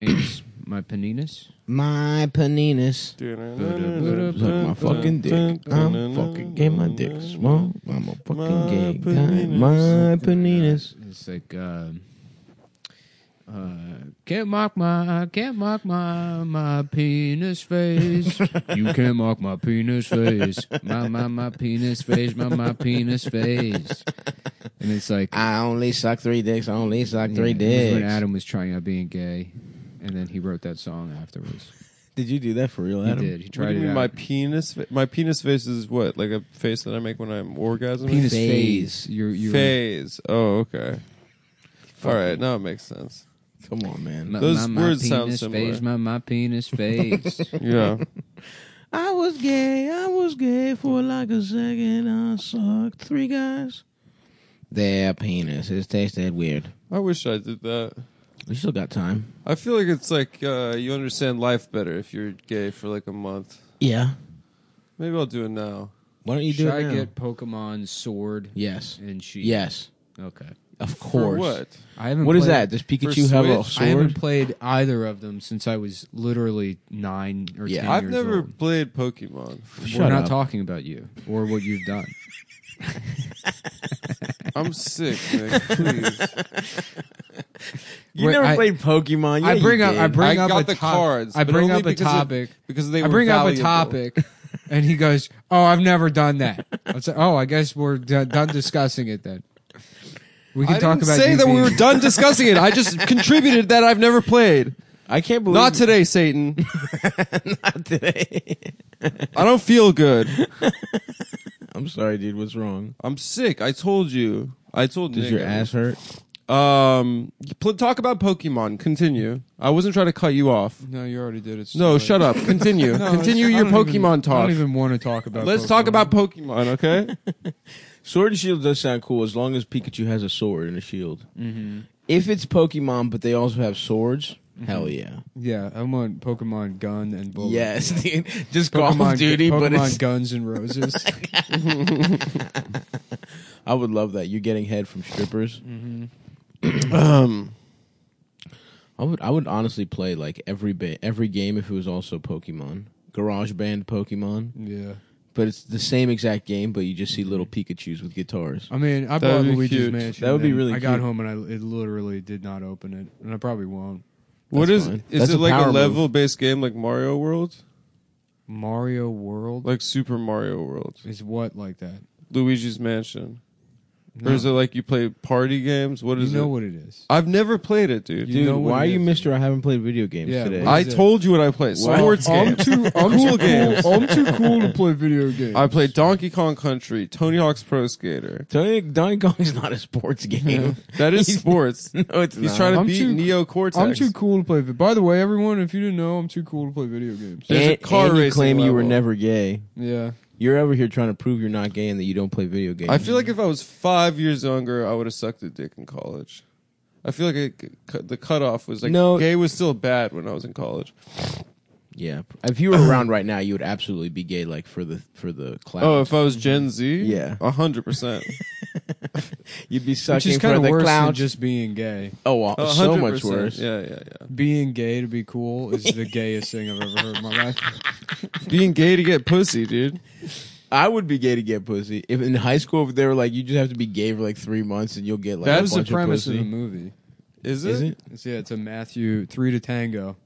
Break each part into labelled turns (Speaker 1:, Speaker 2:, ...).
Speaker 1: It's my paninis.
Speaker 2: My paninis.
Speaker 1: Look,
Speaker 2: Look, my fucking dick. I'm fucking gay. My dick's small. I'm a fucking gay guy. My paninis.
Speaker 1: It's like, uh, uh, can't mock my, can't mock my, my penis face. you can't mock my penis face. My, my, my penis face. My, my penis face. And it's like,
Speaker 2: I
Speaker 3: Ah,
Speaker 2: only suck three dicks. I only suck three
Speaker 1: Yeah, it was When
Speaker 2: dicks.
Speaker 1: Adam was trying out being gay, and then he wrote that song afterwards.
Speaker 2: Did you do that for real,
Speaker 1: He did. He
Speaker 3: What do
Speaker 1: tried
Speaker 3: you
Speaker 1: it
Speaker 3: mean
Speaker 1: out.
Speaker 3: my penis? fa- My penis face is what? Like a face that I make when I'm orgasming?
Speaker 1: penis phase.
Speaker 2: Phase.
Speaker 1: Your your
Speaker 3: Phase. Oh, okay. All right, now it makes sense.
Speaker 2: Come on, man.
Speaker 1: My,
Speaker 3: Those
Speaker 1: my,
Speaker 3: words
Speaker 1: my
Speaker 3: sound
Speaker 1: penis
Speaker 3: similar.
Speaker 1: Phase, my my penis phase.
Speaker 3: Yeah.
Speaker 2: I was gay. I was gay for like a second. I sucked three guys. Their penises tasted weird.
Speaker 3: I wish I did that.
Speaker 2: We still got time.
Speaker 3: I feel like it's like uh, you understand life better if you're gay for like a month.
Speaker 2: Yeah.
Speaker 3: Maybe I'll do it now.
Speaker 2: Why don't you do
Speaker 1: Should
Speaker 2: it
Speaker 1: I
Speaker 2: now?
Speaker 1: get Pokemon Sword
Speaker 2: yes.
Speaker 1: and she?
Speaker 2: Yes.
Speaker 1: Okay.
Speaker 2: Of course.
Speaker 3: For what?
Speaker 1: I haven't.
Speaker 2: What
Speaker 1: played,
Speaker 2: is that? Does Pikachu
Speaker 3: For
Speaker 2: have a
Speaker 3: Switch?
Speaker 1: I haven't
Speaker 2: sword?
Speaker 1: played either of them since I was literally nine or
Speaker 2: Yeah.
Speaker 1: ten
Speaker 3: I've
Speaker 1: years
Speaker 3: never
Speaker 1: old.
Speaker 3: played Pokemon.
Speaker 1: We're
Speaker 2: Shut
Speaker 1: not
Speaker 2: up.
Speaker 1: talking about you or what you've done.
Speaker 3: I'm sick, Nick. Please.
Speaker 2: you
Speaker 1: Wait,
Speaker 2: never
Speaker 1: I-
Speaker 2: played Pokemon. Yeah,
Speaker 1: I bring
Speaker 2: you
Speaker 1: up. I
Speaker 2: did.
Speaker 1: bring
Speaker 3: I
Speaker 1: up
Speaker 3: got
Speaker 1: a
Speaker 3: the
Speaker 1: top-
Speaker 3: cards,
Speaker 1: I
Speaker 3: but
Speaker 1: bring
Speaker 3: only
Speaker 1: up a
Speaker 3: because of-
Speaker 1: topic.
Speaker 3: because they
Speaker 1: I
Speaker 3: were
Speaker 1: bring up a
Speaker 3: valuable.
Speaker 1: topic, and he goes, "Oh, I've never done that." I say, "Oh, I guess we're d- done discussing it then." We can
Speaker 3: I
Speaker 1: talk
Speaker 3: didn't
Speaker 1: about
Speaker 3: say
Speaker 1: you
Speaker 3: that we
Speaker 1: being-
Speaker 3: were done discussing it. I just contributed that I've never played.
Speaker 2: I can't believe
Speaker 3: Not today, Satan.
Speaker 2: not today.
Speaker 3: I don't feel good.
Speaker 2: I'm sorry, dude. What's wrong?
Speaker 3: I'm sick. I told you. I told
Speaker 2: Does
Speaker 3: Nick.
Speaker 2: your ass hurt?
Speaker 3: Um, pl- talk about Pokemon. Continue. I wasn't trying to cut you off.
Speaker 1: No, you already did it.
Speaker 3: No, shut up. Continue. Continue your Pokemon
Speaker 1: I
Speaker 3: talk.
Speaker 1: don't even want to talk about.
Speaker 3: Let's
Speaker 1: Pokemon.
Speaker 3: talk about Pokemon, okay?
Speaker 2: Sword and shield does sound cool as long as Pikachu has a sword and a shield.
Speaker 1: Mm-hmm.
Speaker 2: If it's Pokemon, but they also have swords, hell yeah,
Speaker 1: Yeah, I want Pokemon Gun and Bullet.
Speaker 2: yes, dude. Just Call
Speaker 1: Pokemon
Speaker 2: of Duty,
Speaker 1: Pokemon
Speaker 2: but it's,
Speaker 1: Guns and Roses.
Speaker 2: I would love that. You're getting head from strippers.
Speaker 3: Mm-hmm. um,
Speaker 2: I would, I would honestly play like every ba- every game if it was also Pokemon. Garage Band Pokemon,
Speaker 1: yeah,
Speaker 2: but it's the same exact game, but you just see little Pikachu's with guitars.
Speaker 1: I mean, I
Speaker 3: That would
Speaker 1: bought
Speaker 3: be
Speaker 1: Luigi's
Speaker 3: cute.
Speaker 1: Mansion.
Speaker 2: That would be
Speaker 1: and
Speaker 2: really
Speaker 1: I got
Speaker 2: cute.
Speaker 1: home and I it literally did not open it, and I probably won't.
Speaker 3: what
Speaker 2: That's
Speaker 3: is
Speaker 2: fine.
Speaker 3: is
Speaker 2: That's
Speaker 3: it
Speaker 2: a
Speaker 3: like
Speaker 2: power
Speaker 3: a
Speaker 2: move.
Speaker 3: level based game like Mario World,
Speaker 1: Mario World
Speaker 3: like Super Mario World,
Speaker 1: is what like that.
Speaker 3: Luigi's Mansion,
Speaker 1: No.
Speaker 3: or is it like you play party games? What
Speaker 1: You
Speaker 3: is
Speaker 1: know
Speaker 3: it?
Speaker 1: what it is.
Speaker 3: I've never played it, dude.
Speaker 1: You
Speaker 2: Dude,
Speaker 1: know what
Speaker 2: why are
Speaker 1: it
Speaker 2: you
Speaker 1: is.
Speaker 2: Mister? I haven't played video games
Speaker 1: Yeah,
Speaker 2: today.
Speaker 1: what
Speaker 3: I
Speaker 1: is it?
Speaker 3: told you what I played.
Speaker 2: Wow.
Speaker 3: Sports games.
Speaker 1: too
Speaker 3: Cool games.
Speaker 1: I'm too cool to play video games.
Speaker 3: I played Donkey Kong Country, Tony Hawk's Pro Skater.
Speaker 2: Tony, Donkey Kong is not a sports game.
Speaker 3: That is sports.
Speaker 2: no, it's
Speaker 3: He's
Speaker 2: not.
Speaker 3: trying to
Speaker 1: I'm
Speaker 3: beat
Speaker 1: too-
Speaker 3: Neo Cortex.
Speaker 1: I'm too cool to play. vi- By the way, everyone, if you didn't know, I'm too cool to play video games.
Speaker 3: There's a
Speaker 2: and,
Speaker 3: car
Speaker 2: and you
Speaker 3: racing
Speaker 2: claim you were
Speaker 3: level.
Speaker 2: never gay.
Speaker 1: Yeah,
Speaker 2: You're over here trying to prove you're not gay and that you don't play video games.
Speaker 3: I feel like if I was five years younger, I would have sucked a dick in college. I feel like it, cut- the cutoff was like
Speaker 2: No.
Speaker 3: gay was still bad when I was in college.
Speaker 2: yeah. If you were around right now, you would absolutely be gay, like for the for the clout.
Speaker 3: Oh, if I was Gen Z,
Speaker 2: Yeah.
Speaker 3: a hundred percent.
Speaker 2: you'd be
Speaker 1: which
Speaker 2: sucking
Speaker 1: is
Speaker 2: for
Speaker 1: kind of
Speaker 2: the
Speaker 1: worse
Speaker 2: clout.
Speaker 1: than just being gay.
Speaker 2: oh, wow,
Speaker 3: A
Speaker 2: so
Speaker 3: hundred
Speaker 2: much
Speaker 3: percent.
Speaker 2: worse.
Speaker 3: Yeah, yeah, yeah.
Speaker 1: Being gay to be cool is the gayest thing I've ever heard in my life.
Speaker 3: Being gay to get pussy, dude.
Speaker 2: I would be gay to get pussy. If in high school, if they were like, you just have to be gay for like three months and you'll get like
Speaker 3: That
Speaker 2: a
Speaker 3: was
Speaker 1: That's the
Speaker 2: bunch
Speaker 1: premise
Speaker 2: of
Speaker 1: of the
Speaker 2: pussy.
Speaker 1: movie.
Speaker 3: Is it?
Speaker 2: Is it?
Speaker 1: It's, yeah, it's a Matthew three to tango.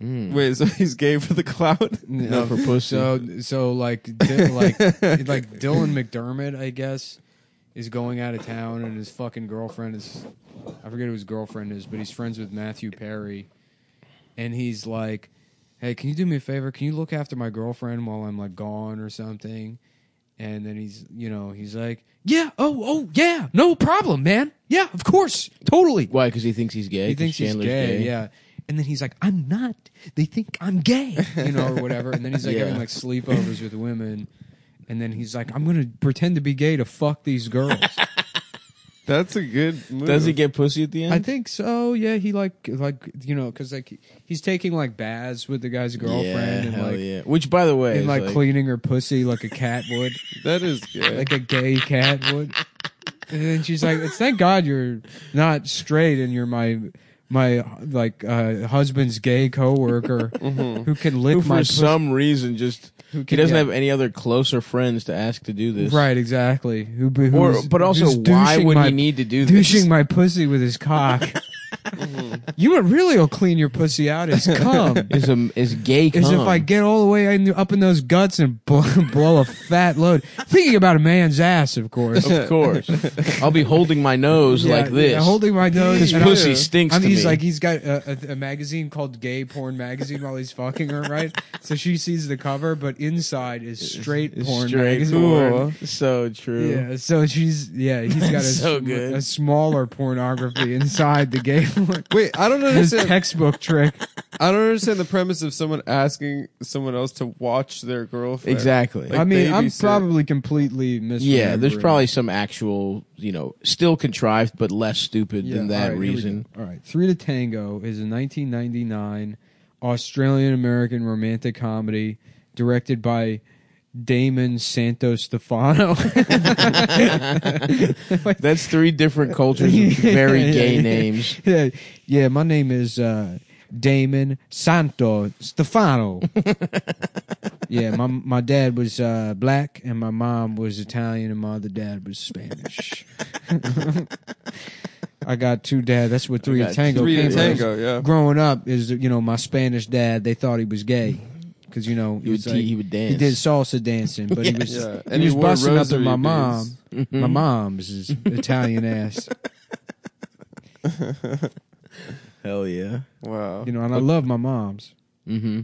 Speaker 3: Wait, so he's gay for the clout?
Speaker 2: No, for pussy.
Speaker 1: So so like di- like like Dylan McDermott, I guess, is going out of town, and his fucking girlfriend is, I forget who his girlfriend is, but he's friends with Matthew Perry, and he's like, "Hey, can you do me a favor? Can you look after my girlfriend while I'm like gone or something?" And then he's, you know, he's like, "Yeah, oh, oh, yeah, no problem, man. Yeah, of course, totally."
Speaker 2: Why? Because he thinks he's gay.
Speaker 1: he
Speaker 2: 'Cause
Speaker 1: thinks he's
Speaker 2: Chandler's
Speaker 1: gay, yeah. And then he's like, I'm not. They think I'm gay, you know, or whatever. And then he's like
Speaker 2: Yeah.
Speaker 1: having like sleepovers with women. And then he's like, I'm gonna pretend to be gay to fuck these girls.
Speaker 3: That's a good move.
Speaker 2: Does he get pussy at the end?
Speaker 1: I think so. Yeah, he like like you know because like he's taking like baths with the guy's girlfriend
Speaker 2: Yeah,
Speaker 1: and
Speaker 2: hell
Speaker 1: like
Speaker 2: yeah. Which, by the way,
Speaker 1: and
Speaker 2: is,
Speaker 1: like, cleaning her pussy like a cat would,
Speaker 3: That is gay.
Speaker 1: like a gay cat would. And then she's like, "It's thank God you're not straight and you're my my like uh, husband's gay coworker who can lick
Speaker 2: Mm-hmm. Who
Speaker 1: my
Speaker 2: for
Speaker 1: pussy.
Speaker 2: some reason just
Speaker 1: Who
Speaker 2: he
Speaker 1: can-
Speaker 2: doesn't
Speaker 1: yeah.
Speaker 2: have any other closer friends to ask to do this.
Speaker 1: Right, exactly. Who, who's,
Speaker 2: Or but also
Speaker 1: who's
Speaker 2: why
Speaker 1: douching
Speaker 2: would
Speaker 1: my,
Speaker 2: he need to do this?
Speaker 1: douching my pussy with his cock? you would really will clean your pussy out is cum.
Speaker 2: is a is gay
Speaker 1: Is if
Speaker 2: cum.
Speaker 1: I get all the way in, up in those guts and blow, blow a fat load. Thinking about a man's ass, of course.
Speaker 2: of course. I'll be holding my nose
Speaker 1: Yeah,
Speaker 2: like this.
Speaker 1: yeah, holding my nose.
Speaker 2: His
Speaker 1: and I'm-
Speaker 2: pussy stinks
Speaker 1: I'm,
Speaker 2: to
Speaker 1: he's
Speaker 2: me.
Speaker 1: like he's got a, a, a magazine called Gay Porn Magazine while he's fucking her, right? So she sees the cover, but inside is straight
Speaker 2: It's
Speaker 1: porn
Speaker 2: straight
Speaker 1: magazine.
Speaker 2: porn. So true.
Speaker 1: Yeah, so she's yeah, he's got a,
Speaker 2: That's so
Speaker 1: sm-
Speaker 2: good.
Speaker 1: a smaller pornography inside the gay porn.
Speaker 3: Wait, I don't
Speaker 1: His
Speaker 3: understand.
Speaker 1: textbook trick.
Speaker 3: I don't understand the premise of someone asking someone else to watch their girlfriend.
Speaker 2: Exactly.
Speaker 3: Like
Speaker 1: I mean, I'm
Speaker 3: babysit.
Speaker 1: probably completely misremembering.
Speaker 2: yeah, there's probably some actual, you know, still contrived but less stupid
Speaker 1: Yeah,
Speaker 2: than
Speaker 1: all
Speaker 2: that
Speaker 1: right, here we go.
Speaker 2: reason.
Speaker 1: All right, Three to Tango is a 1999 Australian American romantic comedy directed by Damon Santo Stefano.
Speaker 2: That's three different cultures with very gay names.
Speaker 1: yeah, yeah, my name is uh, Damon Santo Stefano. yeah, my my dad was uh, black and my mom was Italian and my other dad was Spanish. I got two dads. That's what three
Speaker 2: got
Speaker 1: to tango.
Speaker 3: Three to
Speaker 1: came from.
Speaker 3: tango, yeah.
Speaker 1: Growing up is you know my Spanish dad. They thought he was gay because you know
Speaker 2: He would,
Speaker 1: was
Speaker 2: t-
Speaker 1: like-
Speaker 2: he would dance.
Speaker 1: he did salsa dancing, but he was
Speaker 3: Yeah,
Speaker 1: he,
Speaker 3: and he
Speaker 1: was
Speaker 3: wore
Speaker 1: busting up at
Speaker 3: rosary
Speaker 1: my
Speaker 3: beads.
Speaker 1: mom.
Speaker 2: Mm-hmm.
Speaker 1: My mom's is Italian ass.
Speaker 2: Hell yeah.
Speaker 3: Wow.
Speaker 1: You know, and I love my mom's.
Speaker 2: Mm-hmm.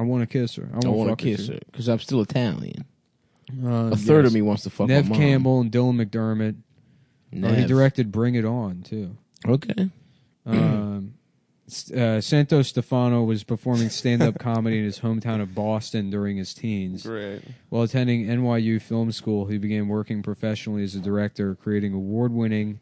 Speaker 1: I want to kiss her. I
Speaker 2: I want
Speaker 1: want
Speaker 2: to kiss her because I'm still Italian.
Speaker 1: Uh,
Speaker 2: A third
Speaker 1: yes.
Speaker 2: of me wants to fuck
Speaker 1: Nev
Speaker 2: my mom.
Speaker 1: Campbell and Dylan McDermott. Uh, he
Speaker 2: Nev.
Speaker 1: directed Bring It On too.
Speaker 2: Okay.
Speaker 1: Um, s- uh, Santo Stefano was performing stand-up comedy in his hometown of Boston during his teens.
Speaker 3: Great.
Speaker 1: While attending NYU Film School, he began working professionally as a director, creating award-winning.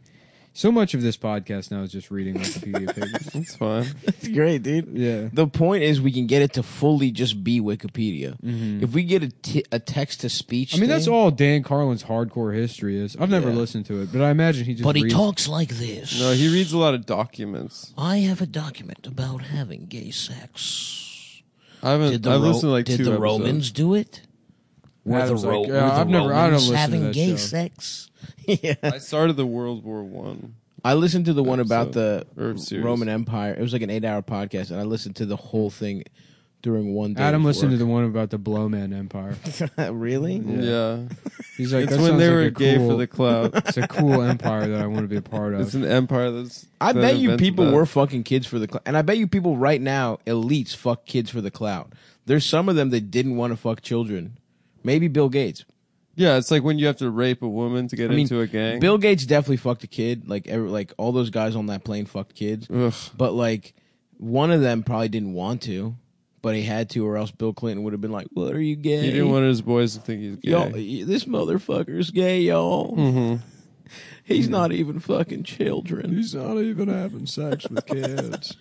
Speaker 1: So much of this podcast now is just reading Wikipedia pages.
Speaker 3: That's fine.
Speaker 2: It's great, dude.
Speaker 1: Yeah.
Speaker 2: The point is, we can get it to fully just be Wikipedia. If we get a, t- a text to speech,
Speaker 1: Mm-hmm. I mean, that's all Dan Carlin's hardcore history is. I've never
Speaker 2: Yeah.
Speaker 1: listened to it, but I imagine he just.
Speaker 2: But he
Speaker 1: reads-
Speaker 2: talks like this.
Speaker 3: No, he reads a lot of documents.
Speaker 2: I have a document about having gay sex.
Speaker 3: I haven't.
Speaker 2: Did the,
Speaker 3: I've
Speaker 2: Ro-
Speaker 3: listened to like
Speaker 2: did
Speaker 3: two
Speaker 2: the
Speaker 3: episodes.
Speaker 2: Romans do it? Were
Speaker 1: Adam's
Speaker 2: the, Ro-
Speaker 1: like,
Speaker 2: were
Speaker 1: "Yeah,
Speaker 2: the
Speaker 1: I've never- I don't
Speaker 2: Romans
Speaker 1: listen to
Speaker 2: having
Speaker 1: that
Speaker 2: gay
Speaker 1: show."
Speaker 2: sex? yeah,
Speaker 3: I started the World War One.
Speaker 2: I listened to the one about the
Speaker 3: Or series.
Speaker 2: Roman Empire. It was like an eight-hour podcast, and I listened to the whole thing during one day.
Speaker 1: Adam listened to the one about the Blowman Empire.
Speaker 2: the really.
Speaker 3: Yeah,
Speaker 1: He's like,
Speaker 3: it's
Speaker 1: that
Speaker 3: when
Speaker 1: sounds
Speaker 3: they
Speaker 1: like
Speaker 3: were
Speaker 1: a
Speaker 3: gay
Speaker 1: cool,
Speaker 3: for the clout.
Speaker 1: It's a cool empire that I want to be a part
Speaker 3: it's
Speaker 1: of.
Speaker 3: an empire that's.
Speaker 2: I
Speaker 3: that
Speaker 2: bet you
Speaker 3: invented
Speaker 2: people
Speaker 3: that.
Speaker 2: were fucking kids for the clout, and I bet you people right now, elites, fuck kids for the clout. There's some of them that didn't want to fuck children. Maybe Bill Gates.
Speaker 3: Yeah, it's like when you have to rape a woman to
Speaker 2: I
Speaker 3: get
Speaker 2: mean,
Speaker 3: into a gang.
Speaker 2: Bill Gates definitely fucked a kid. Like, every, like all those guys on that plane fucked kids.
Speaker 3: Ugh.
Speaker 2: But like, one of them probably didn't want to, but he had to, or else Bill Clinton would have been like, "What are you gay?
Speaker 3: He didn't want his boys to think he's gay. Mm-hmm.
Speaker 2: y'all, this motherfucker's gay, y'all. He's not even fucking children. Hmm. He's not even having sex with kids.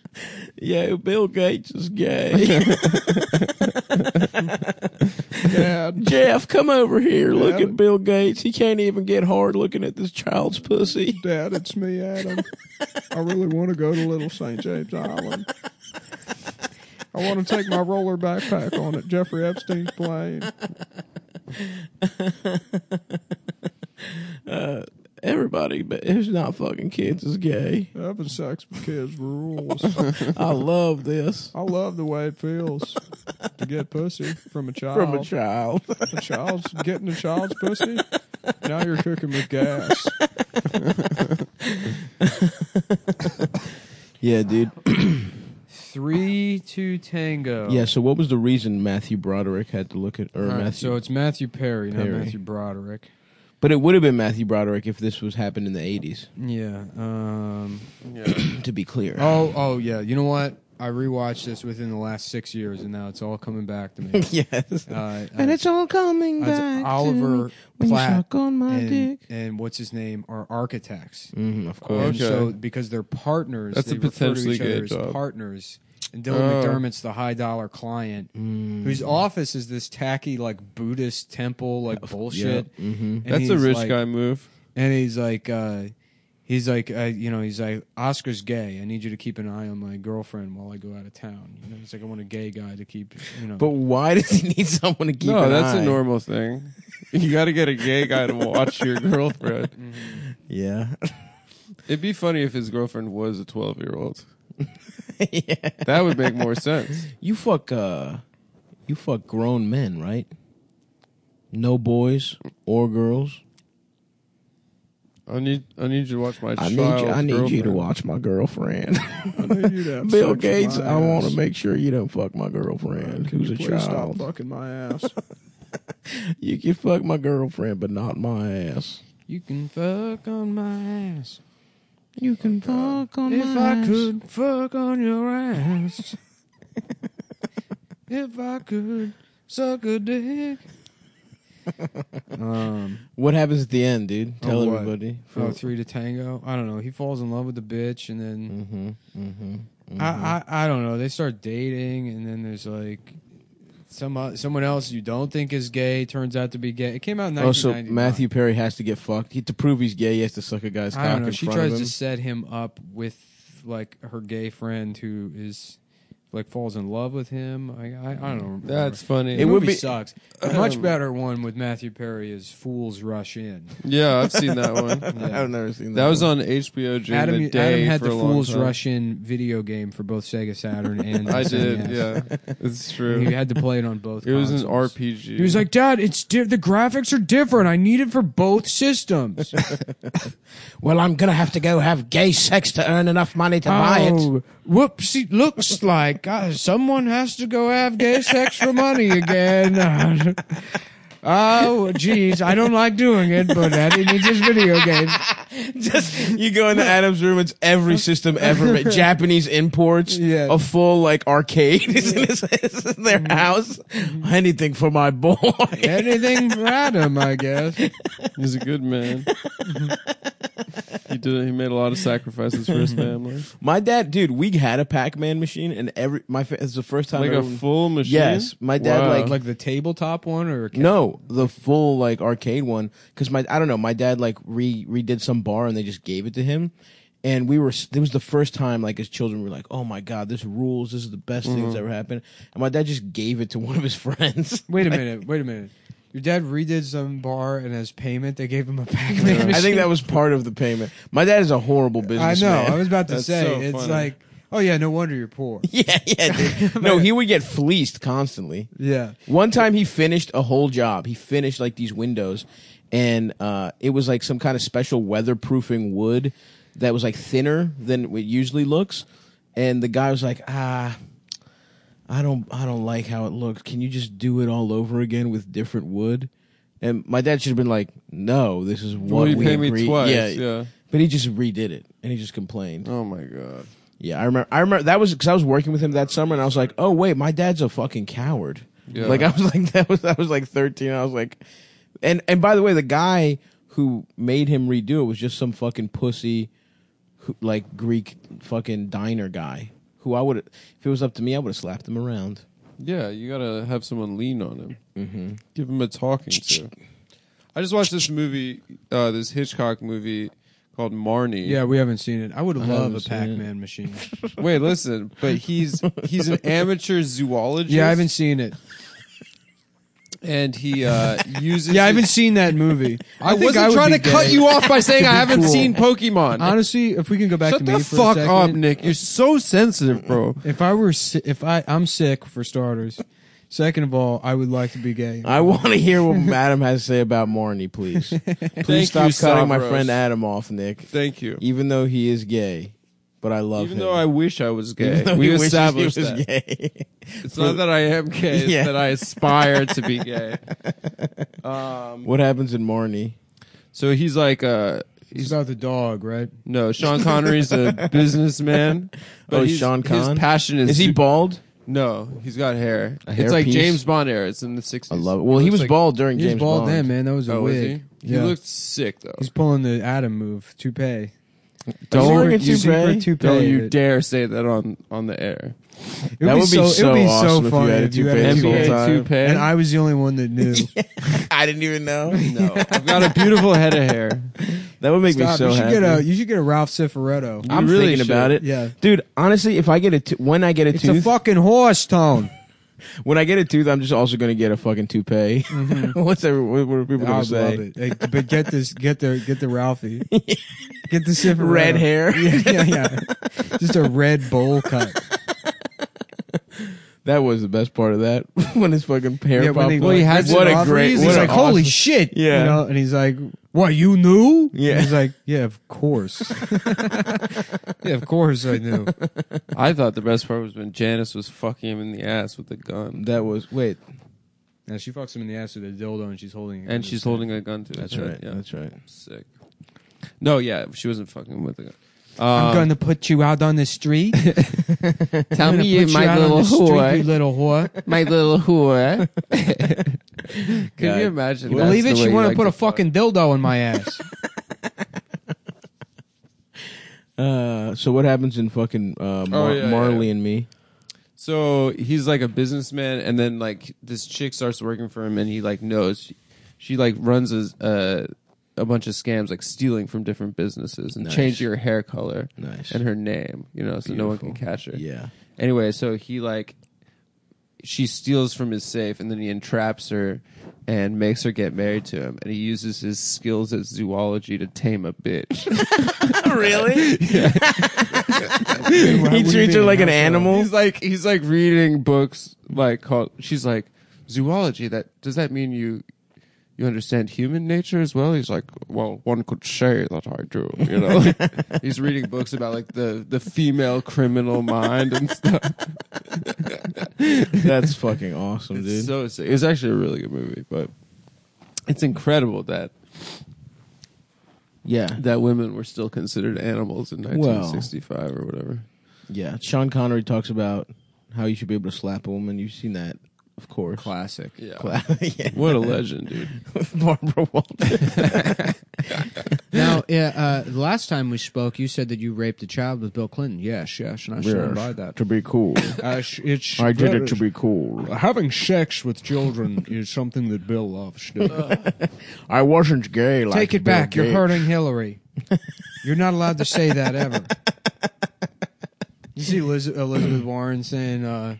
Speaker 2: yeah, Bill Gates is gay. Jeff, come over here. Look at Bill Gates. He can't even get hard looking at this child's pussy.
Speaker 4: Dad, it's me, Adam. I really want to go to Little St. James Island. I want to take my roller backpack on it, Jeffrey Epstein's plane.
Speaker 2: Everybody but who's not fucking kids is gay.
Speaker 4: Having sex with kids rules.
Speaker 2: I love this.
Speaker 4: I love the way it feels to get pussy from a child.
Speaker 2: From a child.
Speaker 4: A child's getting a child's pussy. Now you're cooking with gas.
Speaker 2: Yeah, dude.
Speaker 1: Three to tango.
Speaker 2: Yeah, so what was the reason Matthew Broderick had to look at or
Speaker 1: All right,
Speaker 2: Matthew
Speaker 1: so it's Matthew Perry,
Speaker 2: Perry.
Speaker 1: not Matthew Broderick.
Speaker 2: But it would have been Matthew Broderick if this was happened in the eighties.
Speaker 1: Yeah. Um,
Speaker 2: To be clear,
Speaker 1: oh, oh, yeah. You know what? I rewatched this within the last six years, and now it's all coming back to me.
Speaker 2: yes,
Speaker 1: Uh,
Speaker 2: and it's all coming
Speaker 1: uh,
Speaker 2: back.
Speaker 1: Oliver
Speaker 2: to when you
Speaker 1: Platt
Speaker 2: suck on my
Speaker 1: and,
Speaker 2: dick.
Speaker 1: and what's his name are architects.
Speaker 2: Mm, of course.
Speaker 1: And
Speaker 3: Okay.
Speaker 1: so because they're partners,
Speaker 3: That's
Speaker 1: they
Speaker 3: a
Speaker 1: refer to
Speaker 3: potentially
Speaker 1: each other
Speaker 3: good
Speaker 1: as
Speaker 3: job.
Speaker 1: partners. And Dylan
Speaker 3: Oh.
Speaker 1: McDermott's the high dollar client
Speaker 2: Mm.
Speaker 1: whose office is this tacky like Buddhist temple like bullshit.
Speaker 2: Mm-hmm.
Speaker 1: And
Speaker 3: That's a
Speaker 1: he's
Speaker 3: rich
Speaker 1: like-
Speaker 3: guy move.
Speaker 1: And he's like, uh, he's like, I, you know, he's like, Oscar's gay. I need you to keep an eye on my girlfriend while I go out of town. You know, he's like, I want a gay guy to keep, you know.
Speaker 2: But why does he need someone to keep
Speaker 3: no,
Speaker 2: an
Speaker 3: that's
Speaker 2: eye?
Speaker 3: a normal thing. You got to get a gay guy to watch your
Speaker 2: Mm.
Speaker 3: girlfriend.
Speaker 2: Yeah.
Speaker 3: It'd be funny if his girlfriend was a 12 year old.
Speaker 2: yeah.
Speaker 3: That would make more sense.
Speaker 2: You fuck uh you fuck grown men, right? No boys or girls.
Speaker 3: I need I need you to watch my
Speaker 2: I need you,
Speaker 3: child's
Speaker 2: I need you to
Speaker 3: girlfriend.
Speaker 2: watch my girlfriend.
Speaker 4: I need you to have sex
Speaker 2: Bill
Speaker 4: with
Speaker 2: Gates,
Speaker 4: my
Speaker 2: I want
Speaker 4: ass.
Speaker 2: to make sure you don't fuck my girlfriend
Speaker 4: Can
Speaker 2: who's
Speaker 4: you
Speaker 2: a
Speaker 4: please
Speaker 2: child.
Speaker 4: Stop fucking my ass.
Speaker 2: You can fuck my girlfriend but not my ass.
Speaker 1: you can fuck on my ass.
Speaker 2: You can fuck on
Speaker 1: If I could fuck on your ass. if I could suck a dick. um,
Speaker 2: What happens at the end, dude?
Speaker 1: Oh,
Speaker 2: Tell
Speaker 1: what?
Speaker 2: everybody.
Speaker 1: oh, three to tango. I don't know. He falls in love with the bitch, and then
Speaker 2: Mm-hmm. Mm-hmm.
Speaker 1: I, I I don't know. They start dating, and then there's like some uh, someone else you don't think is gay turns out to be gay. It came out in
Speaker 2: Oh, so
Speaker 1: 1999.
Speaker 2: Matthew Perry has to get fucked. He, to prove he's gay, he has to suck a guy's
Speaker 1: I
Speaker 2: cock
Speaker 1: don't know.
Speaker 2: in
Speaker 1: She
Speaker 2: front of
Speaker 1: tries
Speaker 2: him.
Speaker 1: to set him up with like her gay friend who is like falls in love with him. I I, I don't remember.
Speaker 3: Mm-hmm. That's funny.
Speaker 1: it
Speaker 2: It
Speaker 1: movie
Speaker 2: would be-
Speaker 1: sucks.
Speaker 3: Um,
Speaker 1: A much better one with Matthew Perry is Fools Rush In.
Speaker 3: yeah, I've seen that one.
Speaker 1: Yeah.
Speaker 2: I've never seen that.
Speaker 3: That was
Speaker 2: one.
Speaker 3: on HBO during
Speaker 1: Adam,
Speaker 3: the day
Speaker 1: Adam had
Speaker 3: for
Speaker 1: the
Speaker 3: a long
Speaker 1: Fools
Speaker 3: time.
Speaker 1: Rush In video game for both Sega Saturn and
Speaker 3: I
Speaker 1: SNES.
Speaker 3: did. Yeah, it's
Speaker 1: E He
Speaker 3: true.
Speaker 1: had to play it on both.
Speaker 3: It was an
Speaker 1: consoles.
Speaker 3: RPG.
Speaker 1: He was like, "Dad, it's di- the graphics are different. I need it for both systems."
Speaker 2: Well, I'm gonna have to go have gay sex to earn enough money to
Speaker 1: oh, whoops! It looks like uh, someone has to go have gay sex for money again. oh, geez, I don't like doing it, but Daddy needs his video game.
Speaker 2: Just you go into Adam's room. It's every system ever. made. Japanese imports.
Speaker 4: Yeah.
Speaker 2: A full like arcade is in, his, is in their house. Anything for my boy.
Speaker 1: Anything for Adam, I guess.
Speaker 3: He's a good man. he did. He made a lot of sacrifices for his
Speaker 1: Mm-hmm.
Speaker 3: family.
Speaker 2: My dad, dude, we had a Pac-Man machine, and every my fa- it's the first time.
Speaker 3: Like a
Speaker 2: everyone-
Speaker 3: full machine.
Speaker 2: Yes, my dad,
Speaker 3: Wow.
Speaker 2: like-
Speaker 1: Like the tabletop one, or
Speaker 2: No, the full like arcade one because my I don't know my dad like re redid some bar and they just gave it to him, and we were it was the first time like as children we were like oh my god this rules this is the best thing
Speaker 1: Mm-hmm.
Speaker 2: that's ever happened and my dad just gave it to one of his friends.
Speaker 1: wait a minute, wait a minute. Your dad redid some bar, and as payment, they gave him a Pac-Man machine.
Speaker 2: I think that was part of the payment. My dad is a horrible
Speaker 1: I
Speaker 2: businessman.
Speaker 1: know. I was about to
Speaker 3: That's
Speaker 1: say
Speaker 3: so
Speaker 1: it's
Speaker 3: funny.
Speaker 1: like, oh yeah, no wonder you're poor.
Speaker 2: yeah, yeah. Dude. No, he would get fleeced constantly.
Speaker 1: Yeah.
Speaker 2: One time he finished a whole job. He finished like these windows, and uh, it was like some kind of special weatherproofing wood that was like thinner than it usually looks. And the guy was like, "Ah, I don't, I don't like how it looks. Can you just do it all over again with different wood?" And my dad should have been like, "No, this is what
Speaker 3: Well, you
Speaker 2: we
Speaker 3: paid me
Speaker 2: agreed-
Speaker 3: twice.
Speaker 2: Yeah.
Speaker 3: Yeah.
Speaker 2: But he just redid it, and he just complained.
Speaker 3: Oh my god.
Speaker 2: Yeah, I remember. I remember that was because I was working with him that summer, and I was like, "Oh wait, my dad's a fucking coward."
Speaker 3: Yeah.
Speaker 2: Like I was like that was I was like thirteen. I was like, and and by the way, the guy who made him redo it was just some fucking pussy, who, like Greek fucking diner guy who I would if it was up to me I would have slapped him around.
Speaker 3: Yeah, you gotta have someone lean on him. Mm-hmm. Give him a talking to. I just watched this movie, uh, this Hitchcock movie called Marnie.
Speaker 1: Yeah, we haven't seen it. I would love
Speaker 2: haven't
Speaker 1: a
Speaker 2: seen it.
Speaker 1: Pac-Man machine.
Speaker 3: Wait, listen, but he's he's an amateur zoologist.
Speaker 1: yeah, I haven't seen it.
Speaker 3: and he uh, uses.
Speaker 1: Yeah, I
Speaker 3: his-
Speaker 1: haven't seen that movie.
Speaker 3: I,
Speaker 1: think
Speaker 3: wasn't
Speaker 1: would
Speaker 3: trying
Speaker 1: be
Speaker 3: to cut
Speaker 1: gay.
Speaker 3: you off by saying I
Speaker 1: be
Speaker 3: haven't
Speaker 1: cool.
Speaker 3: seen Pokemon.
Speaker 1: Honestly, if we can go back
Speaker 3: Shut
Speaker 1: to
Speaker 3: the
Speaker 1: me for
Speaker 3: fuck
Speaker 1: a second.
Speaker 3: up, Nick. You're so sensitive, bro.
Speaker 1: If I were, si- if I, I'm sick for starters. Second of all, I would like to be gay.
Speaker 2: I want to hear what Adam has to say about Marnie, please.
Speaker 3: Thank
Speaker 2: Please stop
Speaker 3: you,
Speaker 2: cutting my
Speaker 3: Stavros.
Speaker 2: friend Adam off, Nick.
Speaker 3: Thank you.
Speaker 2: Even though he is gay, but I love
Speaker 3: Even
Speaker 2: him.
Speaker 3: though I wish I was
Speaker 2: Even
Speaker 3: gay,
Speaker 2: though he
Speaker 3: we
Speaker 2: wishes he
Speaker 3: established
Speaker 2: was
Speaker 3: that.
Speaker 2: gay.
Speaker 3: It's not that I am gay; it's
Speaker 2: Yeah.
Speaker 3: that I aspire to be gay. Um,
Speaker 2: What happens in Marnie?
Speaker 3: so he's like, uh,
Speaker 1: He's
Speaker 3: he's
Speaker 1: about the dog, right?
Speaker 3: no Sean Connery's a businessman.
Speaker 2: Oh,
Speaker 3: he's-
Speaker 2: Sean Conn?
Speaker 3: His passion is
Speaker 2: Is he bald?
Speaker 3: no, he's got hair.
Speaker 2: A
Speaker 3: it's
Speaker 2: hair
Speaker 3: like
Speaker 2: piece?
Speaker 3: James Bond era. It's in the sixties.
Speaker 2: I love it. Well, he was bald during
Speaker 1: He was
Speaker 2: James
Speaker 1: bald
Speaker 2: Bond.
Speaker 1: then, man. That was a
Speaker 3: Oh,
Speaker 1: wig.
Speaker 3: is he?
Speaker 1: Yeah.
Speaker 3: He looked sick though.
Speaker 1: He's pulling the Adam move, toupee.
Speaker 2: Don't
Speaker 1: Secret-
Speaker 2: you-
Speaker 1: secret
Speaker 2: toupee?
Speaker 1: toupee.
Speaker 3: Don't you
Speaker 1: that-
Speaker 3: dare say that on on the air.
Speaker 1: It
Speaker 2: that would be so,
Speaker 1: it would be so
Speaker 2: awesome
Speaker 1: funny
Speaker 2: if you had a
Speaker 1: two
Speaker 2: two
Speaker 1: page
Speaker 2: page
Speaker 1: the
Speaker 3: NBA two
Speaker 1: And
Speaker 3: pay.
Speaker 1: I was the only one that knew.
Speaker 2: I didn't even know. No,
Speaker 3: I've got a beautiful head of hair.
Speaker 2: that would make me
Speaker 1: Stop.
Speaker 2: so
Speaker 1: you should
Speaker 2: happy.
Speaker 1: get a you should get a Ralph Cifaretto.
Speaker 2: I'm
Speaker 3: You really
Speaker 2: thinking
Speaker 3: should.
Speaker 2: about it.
Speaker 1: Yeah.
Speaker 2: dude. Honestly, if I get a to- when I get a
Speaker 1: It's a
Speaker 2: tooth,
Speaker 1: fucking horse tone.
Speaker 2: when I get a tooth, I'm just also going to get a fucking toupee. What's every, what, what are
Speaker 1: Mm-hmm. I
Speaker 2: people going
Speaker 1: would
Speaker 2: to say?
Speaker 1: love it. Like, but get this, get the, get the Ralphie, get the Cifaretto.
Speaker 2: Red hair.
Speaker 1: Yeah, yeah, yeah. Just a red bowl cut.
Speaker 2: That was the best part of that when his fucking hair
Speaker 1: Yeah,
Speaker 2: popped.
Speaker 1: when they-
Speaker 2: up.
Speaker 1: when he
Speaker 3: had
Speaker 2: what
Speaker 3: some
Speaker 2: a great.
Speaker 1: He's
Speaker 2: What
Speaker 1: like,
Speaker 2: a
Speaker 1: holy
Speaker 2: awesome-
Speaker 1: shit.
Speaker 2: Yeah.
Speaker 1: You know, and he's like, what, you knew?
Speaker 2: Yeah.
Speaker 1: And he's like, yeah, of course. yeah, of course I knew.
Speaker 3: I thought the best part was when Janice was fucking him in the ass with a gun,
Speaker 2: That was wait.
Speaker 1: Now she fucks him in the ass with a dildo and she's holding
Speaker 3: and she's holding a gun to his
Speaker 2: That's
Speaker 3: head,
Speaker 2: right.
Speaker 3: Yeah,
Speaker 2: That's right.
Speaker 3: sick. No, yeah, she wasn't fucking him with a gun.
Speaker 1: I'm
Speaker 3: Um,
Speaker 1: going to put you out on the street.
Speaker 2: uh, Tell
Speaker 1: I'm gonna put you out on the street, you little whore.
Speaker 2: my little whore.
Speaker 3: Can
Speaker 2: God.
Speaker 3: you imagine? that's
Speaker 1: Believe it,
Speaker 3: the
Speaker 1: she
Speaker 3: way you
Speaker 1: wanted
Speaker 3: like
Speaker 1: to put a
Speaker 3: fuck?
Speaker 1: fucking dildo in my ass.
Speaker 2: Uh, so what happens in fucking
Speaker 1: Oh,
Speaker 2: uh, Mar-
Speaker 3: yeah, yeah,
Speaker 2: Marley
Speaker 3: yeah.
Speaker 2: and Me?
Speaker 3: So he's like a businessman, and then like this chick starts working for him, and he like knows she, she like runs a uh, a bunch of scams, like stealing from different businesses and
Speaker 2: Nice.
Speaker 3: changing her hair color
Speaker 2: Nice.
Speaker 3: and her name, you know, so no one can catch her.
Speaker 2: Yeah.
Speaker 3: Anyway, so he like she steals from his safe, and then he entraps her and makes her get married to him, and he uses his skills at zoology to tame a bitch.
Speaker 2: really?
Speaker 1: Why
Speaker 2: he
Speaker 1: would
Speaker 2: treats
Speaker 1: be?
Speaker 2: her like an animal.
Speaker 3: He's like he's like reading books like called she's like zoology that does that mean you you understand human nature as well? He's like, well, one could say that I do. You know, he's reading books about like the the female criminal mind and stuff.
Speaker 2: That's fucking awesome, dude.
Speaker 3: It's so sick. It's actually a really good movie, but it's incredible that
Speaker 2: yeah,
Speaker 3: that women were still considered animals in 1965 or whatever.
Speaker 2: yeah. Sean Connery talks about how you should be able to slap a woman. You've seen that, of course. Classic.
Speaker 3: Yeah.
Speaker 2: yeah.
Speaker 3: What a legend, dude.
Speaker 2: Barbara Walters.
Speaker 1: Now, yeah, uh, last time we spoke, you said that you raped a child with Bill Clinton. Yes, yes, and I stand by that.
Speaker 2: To be cool.
Speaker 1: Uh, sh- it's
Speaker 2: I did
Speaker 1: very-
Speaker 2: it to be cool.
Speaker 1: Having sex with children is something that Bill loves.
Speaker 2: I wasn't gay. Like
Speaker 1: Take it
Speaker 2: Bill
Speaker 1: back. You're
Speaker 2: Gates.
Speaker 1: hurting Hillary. You're not allowed to say that ever. You see Liz- uh, Elizabeth Warren saying, uh,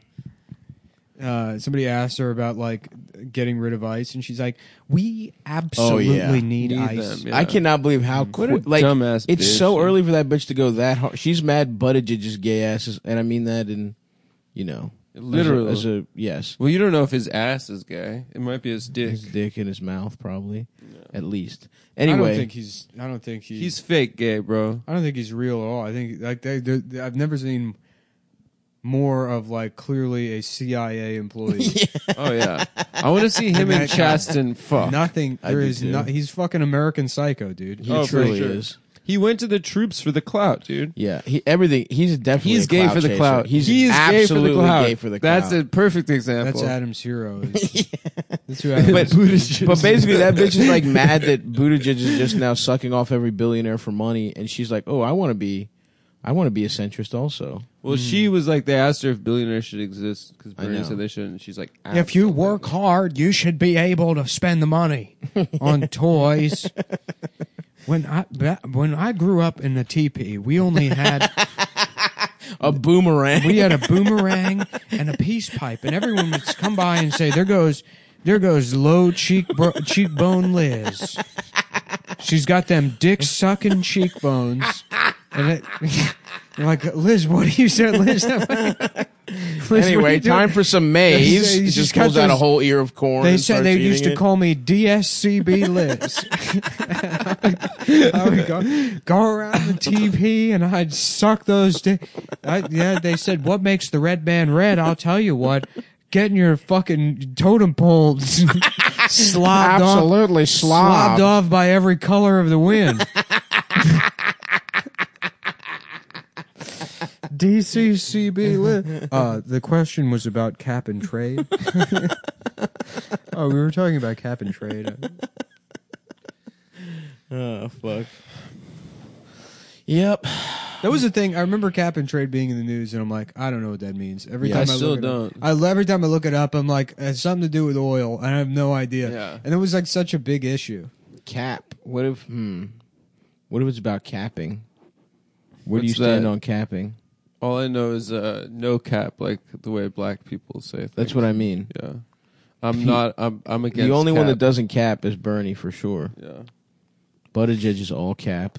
Speaker 1: uh, somebody asked her about like getting rid of ICE, and she's like, "We absolutely
Speaker 2: Oh,
Speaker 1: need,
Speaker 3: Need
Speaker 1: ICE."
Speaker 3: them, yeah. Mm-hmm.
Speaker 2: I cannot believe how quick. Like,
Speaker 3: dumbass
Speaker 2: it's
Speaker 3: bitch.
Speaker 2: so early for that bitch to go that hard. She's mad Buttigieg's gay asses, and I mean that in, you know, as a-
Speaker 3: Literal.
Speaker 2: as a yes,
Speaker 3: Well, you don't know if his ass is gay. It might be his dick.
Speaker 2: his dick in his mouth probably, at least.
Speaker 1: I don't
Speaker 2: Anyway,
Speaker 1: think he's. I don't think he-
Speaker 3: He's fake gay, bro.
Speaker 1: I don't think he's real at all. I think like they, they- they- I've never seen more of like clearly a CIA employee.
Speaker 3: Oh yeah, I want to see him and Chaston fuck.
Speaker 1: Nothing.
Speaker 2: I
Speaker 1: There
Speaker 2: do
Speaker 1: is
Speaker 2: too.
Speaker 1: not. He's fucking American Psycho, dude.
Speaker 2: he
Speaker 3: Oh, for
Speaker 2: truly
Speaker 3: sure.
Speaker 2: is.
Speaker 3: He went to the troops for the clout, dude.
Speaker 2: Yeah, he everything. He's definitely
Speaker 3: He's
Speaker 2: a
Speaker 3: gay
Speaker 2: clout
Speaker 3: for the
Speaker 2: chaser.
Speaker 3: clout.
Speaker 2: He's
Speaker 3: He is
Speaker 2: absolutely
Speaker 3: gay for the clout.
Speaker 2: gay for the
Speaker 3: That's
Speaker 2: clout.
Speaker 3: a perfect example.
Speaker 1: That's Adam's hero. That's who Adam
Speaker 2: But-
Speaker 1: is.
Speaker 2: But basically, that bitch is like mad that Buttigieg is just now sucking off every billionaire for money, and she's like, "Oh, I want to be, I want to be a centrist also."
Speaker 3: well, she was like, they asked her if billionaires should exist because
Speaker 2: Hmm. I
Speaker 3: Bernie
Speaker 2: know.
Speaker 3: said they shouldn't. She's like,
Speaker 1: If you
Speaker 3: absolutely.
Speaker 1: work hard, you should be able to spend the money on toys. When I that- when I grew up in the teepee, we only had
Speaker 2: A boomerang.
Speaker 1: we had a boomerang and a peace pipe, and everyone would come by and say, "There goes, there goes low cheek bro- cheekbone Liz. She's got them dick sucking cheekbones." And it, you're like, Liz, what do you say, Liz? Liz, what are you
Speaker 2: anyway,
Speaker 1: doing?"
Speaker 2: time for some maize.
Speaker 1: They say-
Speaker 2: He
Speaker 1: you
Speaker 2: just
Speaker 1: just cut
Speaker 2: pulls out a
Speaker 1: those-
Speaker 2: whole ear of corn.
Speaker 1: They
Speaker 2: and
Speaker 1: said
Speaker 2: starts
Speaker 1: they
Speaker 2: eating
Speaker 1: used to
Speaker 2: it.
Speaker 1: call me DSCB Liz. I would go, go around the TV and I'd suck those. Di- I, yeah, they said, "What makes the red man red?" I'll tell you what. Getting your fucking totem pole slobbed off,
Speaker 2: absolutely slob.
Speaker 1: slobbed off by every color of the wind. DCCB. Li- uh, the question was about cap and trade. oh, we were talking about cap and trade.
Speaker 2: Oh fuck. Yep.
Speaker 1: That was the thing. I remember cap and trade being in the news, and I'm like, I don't know what that means. Every
Speaker 2: Yeah,
Speaker 1: time
Speaker 2: I
Speaker 1: I,
Speaker 2: still
Speaker 1: look
Speaker 2: don't.
Speaker 1: It up, I every time I look it up, I'm like, it has something to do with oil, and I have no idea.
Speaker 3: Yeah.
Speaker 1: And it was like such a big issue.
Speaker 2: Cap. What if? Hmm. What if it's about capping? Where do
Speaker 3: What's
Speaker 2: you stand
Speaker 3: that?
Speaker 2: on capping?
Speaker 3: All I know is uh, no cap, like the way black people say. Things.
Speaker 2: That's what I mean.
Speaker 3: Yeah, I'm not. I'm. I'm against.
Speaker 2: the only one that
Speaker 3: cap.
Speaker 2: doesn't cap is Bernie for sure.
Speaker 3: Yeah.
Speaker 2: Buttigieg is all cap.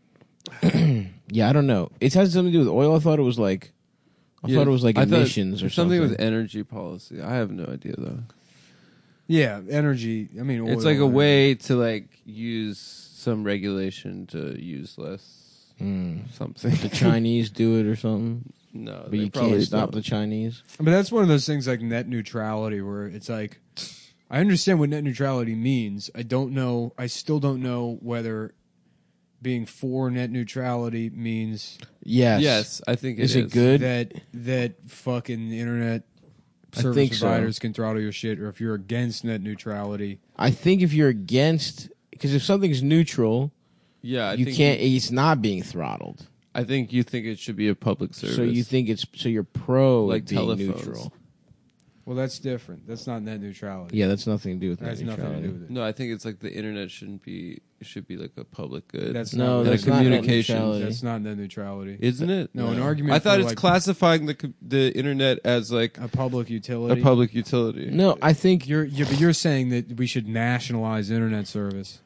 Speaker 2: yeah, I don't know. It has something to do with oil. I thought it was like, I
Speaker 3: Yeah,
Speaker 2: thought it was like
Speaker 3: I thought
Speaker 2: emissions or something.
Speaker 3: something with energy policy. I have no idea though.
Speaker 1: Yeah, energy. I mean, oil,
Speaker 3: it's like a
Speaker 1: and-
Speaker 3: way to like use some regulation to use less
Speaker 2: Hmm.
Speaker 3: something.
Speaker 2: the Chinese do it or something,
Speaker 3: no,
Speaker 2: but
Speaker 3: they
Speaker 2: you
Speaker 3: probably
Speaker 2: can't stop the
Speaker 3: don't.
Speaker 2: Chinese.
Speaker 1: But that's one of those things like net neutrality, where it's like, I understand what net neutrality means. I don't know. I still don't know whether being for net neutrality means
Speaker 2: Yes.
Speaker 3: Yes, I think
Speaker 2: Is it
Speaker 3: is.
Speaker 2: good?
Speaker 1: that that fucking internet
Speaker 2: I
Speaker 1: service
Speaker 2: think so.
Speaker 1: providers can throttle your shit, or if you're against net neutrality.
Speaker 2: I think if you're against, because if something's neutral,
Speaker 3: Yeah, I
Speaker 2: you
Speaker 3: think
Speaker 2: can't. It's not being throttled.
Speaker 3: I think you think it should be a public service.
Speaker 2: So you think it's so you're pro
Speaker 3: Like
Speaker 2: it being
Speaker 3: telephones.
Speaker 2: neutral.
Speaker 1: Well, that's different. That's not net neutrality.
Speaker 2: Yeah, that's nothing to do with
Speaker 1: that has
Speaker 2: net
Speaker 1: nothing to
Speaker 2: neutrality.
Speaker 1: do with it.
Speaker 3: No, I think it's like the internet shouldn't be should be like a public good.
Speaker 1: That's
Speaker 2: No,
Speaker 1: not
Speaker 3: And a
Speaker 2: that's not net
Speaker 3: communication.
Speaker 2: neutrality.
Speaker 1: That's not net neutrality.
Speaker 3: isn't it?
Speaker 1: No, an argument
Speaker 3: I thought
Speaker 1: for,
Speaker 3: it's
Speaker 1: like-
Speaker 3: classifying the co- the internet as like
Speaker 1: a public
Speaker 3: a
Speaker 1: utility.
Speaker 3: public utility.
Speaker 2: No, I think
Speaker 1: You're, you're, but you're saying that we should nationalize internet service.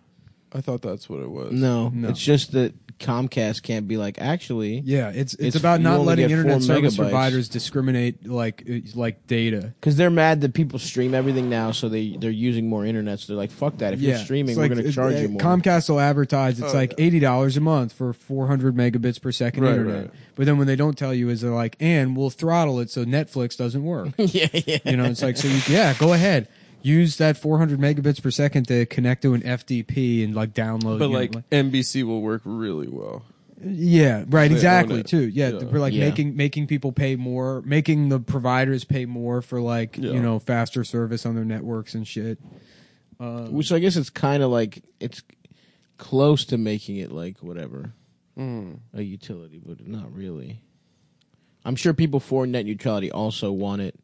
Speaker 3: I thought that's what it was.
Speaker 2: No,
Speaker 1: No.
Speaker 2: it's just that Comcast can't be like actually
Speaker 1: Yeah, it's it's,
Speaker 2: It's-
Speaker 1: about
Speaker 2: you
Speaker 1: not
Speaker 2: only
Speaker 1: letting
Speaker 2: get four
Speaker 1: internet service
Speaker 2: megabytes.
Speaker 1: providers discriminate like uh, like data.
Speaker 2: because they're mad that people stream everything now, so they they're using more internet. So they're like, fuck that. If
Speaker 1: yeah,
Speaker 2: you're streaming,
Speaker 1: it's
Speaker 2: we're
Speaker 1: like,
Speaker 2: going
Speaker 1: uh,
Speaker 2: to charge
Speaker 1: uh,
Speaker 2: you more.
Speaker 1: Comcast will advertise
Speaker 3: Oh,
Speaker 1: it's like eighty dollars a month for four hundred megabits per second
Speaker 3: Right,
Speaker 1: internet.
Speaker 3: right.
Speaker 1: But then when they don't tell you, is they're like, and we'll throttle it so Netflix doesn't work.
Speaker 2: yeah, yeah.
Speaker 1: you know, it's like so. You, yeah, go ahead. Use that 400 megabits per second to connect to an FTP and like download.
Speaker 3: But
Speaker 1: you know,
Speaker 3: like NBC will work really well.
Speaker 1: Yeah, right.
Speaker 3: own
Speaker 1: Exactly.
Speaker 3: it.
Speaker 1: Too. Yeah,
Speaker 3: Yeah.
Speaker 1: we're like
Speaker 2: Yeah.
Speaker 1: making making people pay more, making the providers pay more for like
Speaker 3: Yeah.
Speaker 1: you know faster service on their networks and shit. Uh,
Speaker 2: Which I guess it's kind of like it's close to making it like whatever
Speaker 1: Hmm.
Speaker 2: a utility, but not really. I'm sure people for net neutrality also want it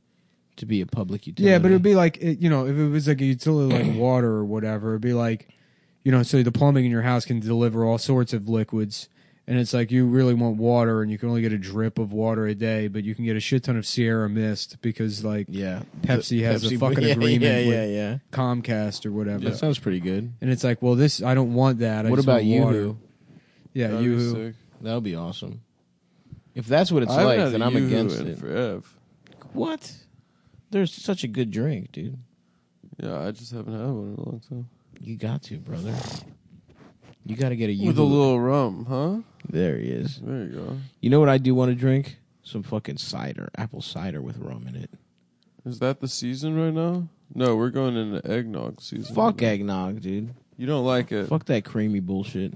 Speaker 2: to be a public utility.
Speaker 1: Yeah, but it would be like it, you know if it was like a utility like water or whatever, it'd be like you know so the plumbing in your house can deliver all sorts of liquids. And it's like you really want water, and you can only get a drip of water a day, but you can get a shit ton of Sierra Mist because, like,
Speaker 2: yeah.
Speaker 1: Pepsi
Speaker 2: The-
Speaker 1: has a fucking
Speaker 2: yeah,
Speaker 1: agreement
Speaker 2: Yeah,
Speaker 1: with-
Speaker 2: yeah, yeah.
Speaker 1: Comcast or whatever.
Speaker 2: That sounds pretty good.
Speaker 1: And it's like, well, this I don't want that. I
Speaker 2: what
Speaker 1: just
Speaker 2: about
Speaker 1: want water.
Speaker 2: you?
Speaker 1: Yeah,
Speaker 3: That'd be
Speaker 1: you.
Speaker 3: sick.
Speaker 2: That would be awesome. If that's what it's
Speaker 3: I haven't
Speaker 2: like,
Speaker 3: had
Speaker 2: then
Speaker 3: a
Speaker 2: I'm
Speaker 3: Yoo-hoo
Speaker 2: against
Speaker 3: in
Speaker 2: it.
Speaker 3: Forever.
Speaker 2: What? There's such a good drink, dude.
Speaker 3: Yeah, I just haven't had one in a long time.
Speaker 2: You got to, brother. You got to get a you.
Speaker 3: With a little rum, huh?
Speaker 2: There he is.
Speaker 3: There you go.
Speaker 2: You know what I do want to drink? Some fucking cider, apple cider with rum in it.
Speaker 3: Is that the season right now? No, we're going into eggnog season.
Speaker 2: Fuck eggnog, dude.
Speaker 3: You don't like it.
Speaker 2: Fuck that creamy bullshit.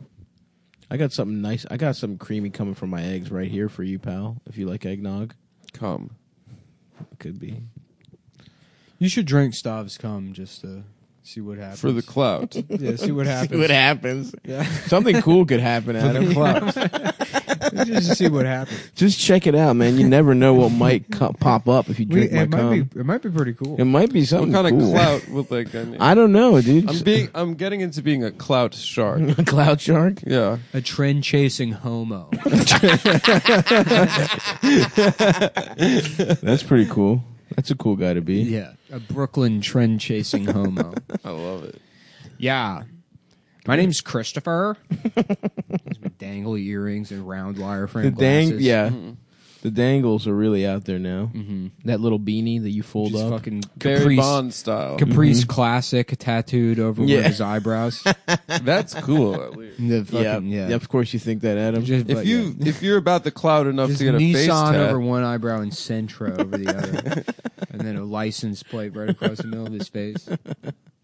Speaker 2: I got something nice. I got something creamy coming from my eggs right here for you, pal. If you like eggnog,
Speaker 3: Come.
Speaker 2: it could be.
Speaker 1: You should drink Stav's cum just to see what happens.
Speaker 3: For the clout.
Speaker 1: yeah, see what happens.
Speaker 2: What happens?
Speaker 1: yeah,
Speaker 2: Something cool could happen.
Speaker 1: for the
Speaker 2: Adam.
Speaker 1: club. just to see what happens.
Speaker 2: Just check it out, man. You never know what might co- pop up if you
Speaker 1: We,
Speaker 2: drink
Speaker 1: it
Speaker 2: my
Speaker 1: might
Speaker 2: cum.
Speaker 1: be. It might be pretty cool.
Speaker 2: It might be
Speaker 3: what
Speaker 2: something
Speaker 3: kind
Speaker 2: cool.
Speaker 3: of clout would that guy need?
Speaker 2: I don't know, dude.
Speaker 3: I'm being I'm getting into being a clout shark.
Speaker 2: a cloud shark.
Speaker 3: Yeah.
Speaker 1: A trend chasing homo.
Speaker 2: That's pretty cool. That's a cool guy to be.
Speaker 1: yeah, a Brooklyn trend chasing homo.
Speaker 3: I love it.
Speaker 1: Yeah. My name's Christopher. These dangly earrings and round wire frame
Speaker 2: The dang,
Speaker 1: glasses.
Speaker 2: yeah. The dangles are really out there now. Mm-hmm. That little beanie that you fold
Speaker 1: Just
Speaker 2: up. Mm-hmm.
Speaker 1: fucking
Speaker 3: Barry
Speaker 1: Caprice,
Speaker 3: Bond style.
Speaker 1: Caprice classic tattooed over
Speaker 2: Yeah.
Speaker 1: with his eyebrows.
Speaker 3: That's cool at least.
Speaker 1: The fucking,
Speaker 2: yeah.
Speaker 1: yeah.
Speaker 2: yeah, of course you think that, Adam.
Speaker 1: Just-
Speaker 3: If
Speaker 1: but
Speaker 3: you if you're about the clout enough
Speaker 1: Just
Speaker 3: to get a face
Speaker 1: Nissan
Speaker 3: tat,
Speaker 1: over one eyebrow and Sentra over the other, and then a license plate right across the middle of his face.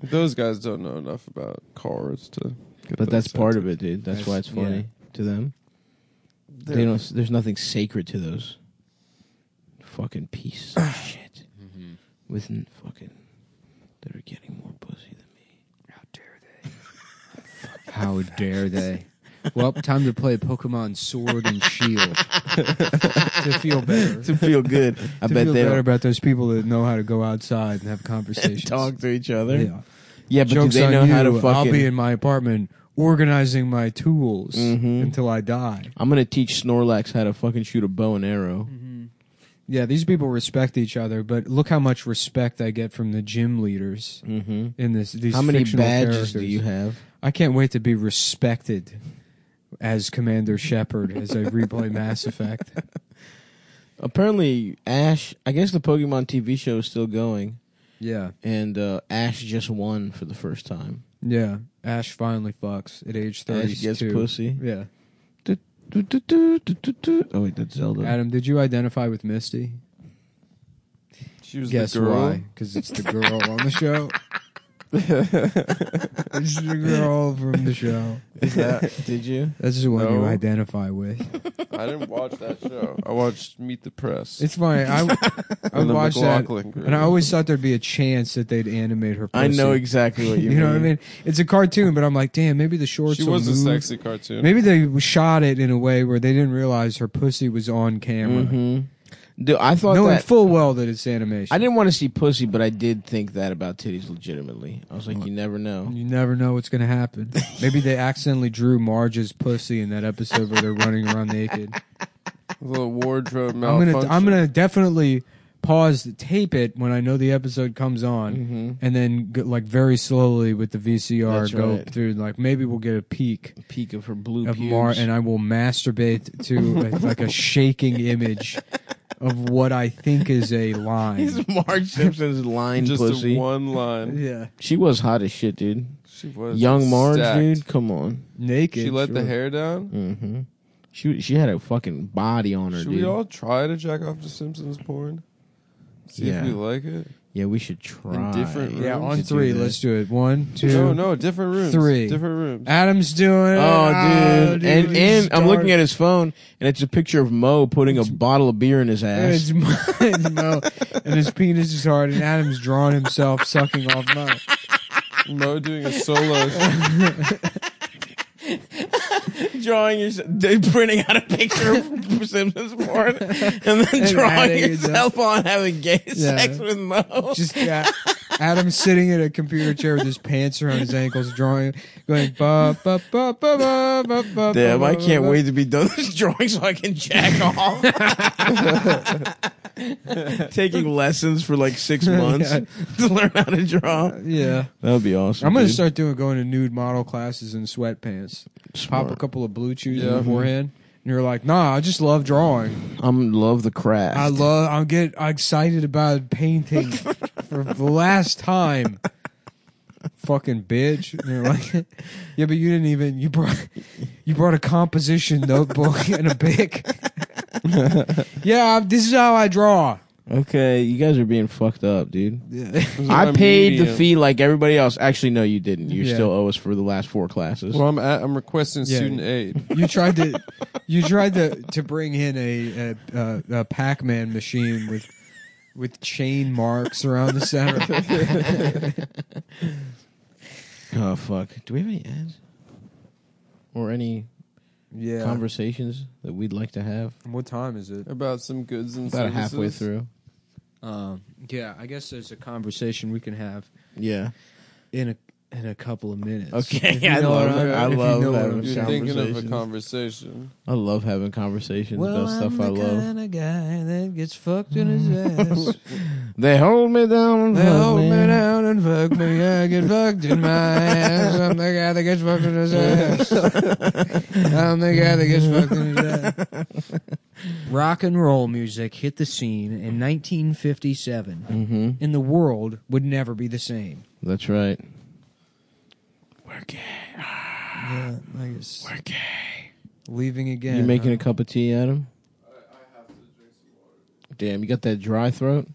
Speaker 3: those guys don't know enough about cars to. Get
Speaker 2: but that's part of it, dude. That's, why it's funny to them. They don't. There's nothing sacred to those fucking pieces of shit
Speaker 1: Mm-hmm.
Speaker 2: with n- fucking that are getting more pussy than me.
Speaker 1: How dare they? How dare they? well, time to play Pokemon Sword and Shield to feel better.
Speaker 2: to feel good. I
Speaker 1: to
Speaker 2: bet
Speaker 1: feel
Speaker 2: they
Speaker 1: better
Speaker 2: don't
Speaker 1: about those people that know how to go outside and have conversations.
Speaker 2: talk to each other.
Speaker 1: Yeah.
Speaker 2: Yeah, but
Speaker 1: Jokes
Speaker 2: do they
Speaker 1: on
Speaker 2: know
Speaker 1: you.
Speaker 2: how to fucking?
Speaker 1: I'll be in my apartment organizing my tools
Speaker 2: Mm-hmm.
Speaker 1: until I die.
Speaker 2: I'm gonna teach Snorlax how to fucking shoot a bow and arrow.
Speaker 1: Mm-hmm. Yeah, these people respect each other, but look how much respect I get from the gym leaders
Speaker 2: Mm-hmm.
Speaker 1: in this. These
Speaker 2: How many
Speaker 1: fictional
Speaker 2: badges
Speaker 1: characters.
Speaker 2: do you have?
Speaker 1: I can't wait to be respected as Commander Shepard as I replay Mass Effect.
Speaker 2: Apparently, Ash. I guess the Pokemon TV show is still going,
Speaker 1: Yeah,
Speaker 2: and uh, Ash just won for the first time.
Speaker 1: yeah. Ash finally fucks at age thirty-two.
Speaker 2: Ash gets pussy.
Speaker 1: Yeah,
Speaker 3: Do, do, do, do, do, do. Oh wait, that's Zelda.
Speaker 1: Adam, did you identify with Misty?
Speaker 3: She was
Speaker 1: Guess
Speaker 3: the girl.
Speaker 1: why? Because it's the girl on the show. it's the girl from the show.
Speaker 2: Did you?
Speaker 1: That's the one you
Speaker 3: No.
Speaker 1: identify with.
Speaker 3: I didn't watch that show. I watched Meet the Press.
Speaker 1: It's funny. I I
Speaker 3: And the
Speaker 1: watched that,
Speaker 3: McLaughlin group.
Speaker 1: and I always thought there'd be a chance that they'd animate her. Pussy.
Speaker 2: I know exactly what you,
Speaker 1: You know what I mean? It's a cartoon, but I'm like, damn, maybe the shorts.
Speaker 3: she
Speaker 1: will
Speaker 3: was a
Speaker 1: move.
Speaker 3: sexy cartoon.
Speaker 1: Maybe they shot it in a way where they didn't realize her pussy was on camera,
Speaker 2: hmm Dude, I thought
Speaker 1: knowing
Speaker 2: that.
Speaker 1: full well that it's animation.
Speaker 2: I didn't want to see pussy, but I did think that about titties legitimately. I was like, you never know.
Speaker 1: You never know what's gonna happen. Maybe they accidentally drew Marge's pussy in that episode where they're running around naked.
Speaker 3: a little wardrobe
Speaker 1: I'm
Speaker 3: malfunction.
Speaker 1: gonna I'm gonna definitely pause the tape it when I know the episode comes on,
Speaker 2: Mm-hmm.
Speaker 1: and then go, like very slowly with the VCR
Speaker 2: That's
Speaker 1: go
Speaker 2: right.
Speaker 1: through. Like maybe we'll get a peek
Speaker 2: Peak of her blue
Speaker 1: of
Speaker 2: pubes.
Speaker 1: Mar, and I will masturbate to a, like a shaking image of what I think is a line.
Speaker 2: It's Marge Simpson's line
Speaker 3: just
Speaker 2: pussy.
Speaker 3: a one line.
Speaker 1: Yeah,
Speaker 2: She was hot as shit, dude.
Speaker 3: She was
Speaker 2: Young Marge,
Speaker 3: stacked.
Speaker 2: dude. Come on.
Speaker 1: naked.
Speaker 3: She let the
Speaker 1: sure.
Speaker 3: hair down.
Speaker 2: Mm-hmm. She she had a fucking body on her,
Speaker 3: Should
Speaker 2: dude.
Speaker 3: we all try to jack off to Simpsons porn? See
Speaker 2: Yeah.
Speaker 3: if we like it.
Speaker 2: yeah, we should try.
Speaker 3: different
Speaker 1: Yeah,
Speaker 3: rooms
Speaker 1: on
Speaker 2: to do
Speaker 1: three.
Speaker 2: that.
Speaker 1: Let's do it. One, two.
Speaker 3: No, no, different rooms.
Speaker 1: Three.
Speaker 3: Different rooms.
Speaker 1: Adam's doing it.
Speaker 2: Oh,
Speaker 1: Ah,
Speaker 2: dude. and
Speaker 1: he's
Speaker 2: and I'm
Speaker 1: starting.
Speaker 2: looking at his phone, and it's a picture of Mo putting a bottle of beer in his
Speaker 1: And it's
Speaker 2: ass.
Speaker 1: mine, Mo. And his penis is hard, and Adam's drawing himself sucking off Mo.
Speaker 3: Mo doing a solo.
Speaker 2: drawing yourself, printing out a picture of Simpsons porn, and then
Speaker 1: adding it
Speaker 2: on having gay
Speaker 1: Yeah.
Speaker 2: with Mo.
Speaker 1: Just yeah. Adam sitting in a computer chair with his pants around his ankles, drawing, going ba ba ba ba ba ba ba.
Speaker 2: Damn,
Speaker 1: ba,
Speaker 2: I
Speaker 1: ba,
Speaker 2: can't
Speaker 1: ba.
Speaker 2: wait to be done with this drawing so I can jack off. Taking lessons for like six months
Speaker 1: Yeah.
Speaker 2: to learn how to draw.
Speaker 1: Yeah,
Speaker 2: That would be awesome.
Speaker 1: I'm gonna
Speaker 2: dude.
Speaker 1: start doing going to nude model classes in sweatpants. Pop a
Speaker 2: Smart.
Speaker 1: couple of blue chews
Speaker 3: Yeah.
Speaker 1: in the forehead, and you're like, nah, I just love drawing.
Speaker 2: I'm love the craft.
Speaker 1: I love. I get excited about painting for the last time. Fucking bitch! And you're like, yeah, but you didn't even you brought you brought a composition notebook and a bic. yeah, I'm- this is how I draw.
Speaker 2: okay, you guys are being fucked up, dude.
Speaker 1: Yeah.
Speaker 2: I
Speaker 3: I'm
Speaker 2: paid the
Speaker 3: medium.
Speaker 2: fee like everybody else. Actually, no, you didn't. You
Speaker 1: Yeah.
Speaker 2: still owe us for the last four classes.
Speaker 3: Well, I'm at, I'm requesting
Speaker 1: Yeah.
Speaker 3: student aid.
Speaker 1: You tried to you tried to to bring in a a, a, a Pac-Man machine with with chain marks around the center.
Speaker 2: Oh fuck! Do we have any ads or any
Speaker 1: Yeah.
Speaker 2: conversations that we'd like to have?
Speaker 1: what time is it?
Speaker 3: About some goods and
Speaker 2: About halfway
Speaker 3: services.
Speaker 2: through.
Speaker 1: Um, yeah, I guess there's a conversation we can have.
Speaker 2: Yeah.
Speaker 1: in a in a couple of minutes.
Speaker 2: Okay,
Speaker 1: If you
Speaker 2: I
Speaker 1: know what
Speaker 2: love
Speaker 1: I'm-
Speaker 2: it. I
Speaker 1: if you
Speaker 2: love
Speaker 1: know what
Speaker 2: that.
Speaker 1: I'm
Speaker 3: You're
Speaker 1: saying.
Speaker 3: thinking of a
Speaker 2: Conversations.
Speaker 3: conversation.
Speaker 2: I love having conversations about stuff i love.
Speaker 1: of guy that gets fucked in his ass.
Speaker 2: They hold me down.
Speaker 1: they hold me down and fuck me. I get fucked in my ass. I'm the guy that gets fucked in his ass. I'm the guy that gets fucked in his ass. Rock and roll music hit the scene in 1957,
Speaker 2: Mm-hmm.
Speaker 1: and the world would never be the same.
Speaker 2: That's right.
Speaker 1: Yeah, I guess. Leaving again.
Speaker 2: you making a cup of tea, Adam? Damn, you got that dry throat?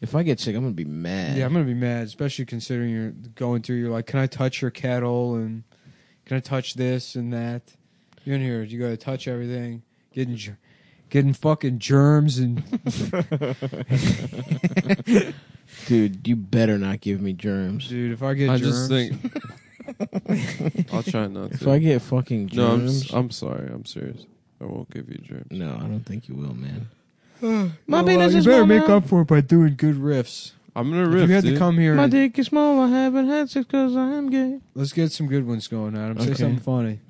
Speaker 2: If I get sick, I'm gonna be mad.
Speaker 1: Yeah, I'm gonna be mad, especially considering you're going through. You're like, can I touch your kettle and can I touch this and that? You're in here. You gotta touch everything. Getting, ger- getting fucking germs and
Speaker 2: dude, you better not give me germs.
Speaker 1: dude. If I get
Speaker 3: I
Speaker 1: germs,
Speaker 3: just think I'll try not
Speaker 2: If I
Speaker 3: to.
Speaker 2: get fucking
Speaker 3: No, I'm,
Speaker 2: germs,
Speaker 3: I'm sorry. I'm serious. I won't give you germs.
Speaker 2: no, I don't think you will, man. My
Speaker 1: Well,
Speaker 2: penis
Speaker 1: you
Speaker 2: is
Speaker 1: better
Speaker 2: small
Speaker 1: make
Speaker 2: now.
Speaker 1: up for it by doing good riffs.
Speaker 3: I'm gonna
Speaker 1: if
Speaker 3: riff,
Speaker 1: you had
Speaker 3: dude.
Speaker 1: to come here,
Speaker 2: My
Speaker 1: and,
Speaker 2: dick is small. I haven't had sex because I am gay.
Speaker 1: let's get some good ones going, Adam. Say
Speaker 2: Okay.
Speaker 1: something funny.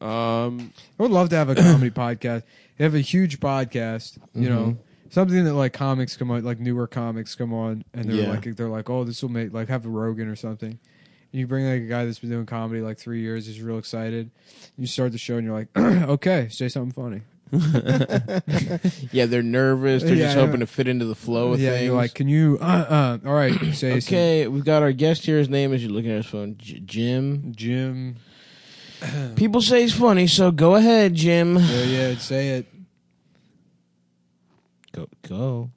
Speaker 3: um,
Speaker 1: I would love to have a comedy podcast. Have a huge podcast, you
Speaker 2: Mhm.
Speaker 1: know, something that like comics come on, like newer comics come on, and they're
Speaker 2: Yeah.
Speaker 1: like they're like, oh, this will make like have a Rogan or something. And you bring like a guy that's been doing comedy like three years, he's real excited. You start the show and you're like, okay, say something funny.
Speaker 2: Yeah, they're nervous. They're just
Speaker 1: Yeah,
Speaker 2: hoping
Speaker 1: yeah.
Speaker 2: to fit into the flow of
Speaker 1: yeah,
Speaker 2: things.
Speaker 1: you're like, can you? Uh, uh, all right, say okay.
Speaker 2: okay, we've got our guest here. His name is. You're looking at his phone. J- Jim.
Speaker 1: Jim.
Speaker 2: People say he's funny, so go ahead, Jim.
Speaker 1: Yeah, yeah, say it.
Speaker 2: Go, go.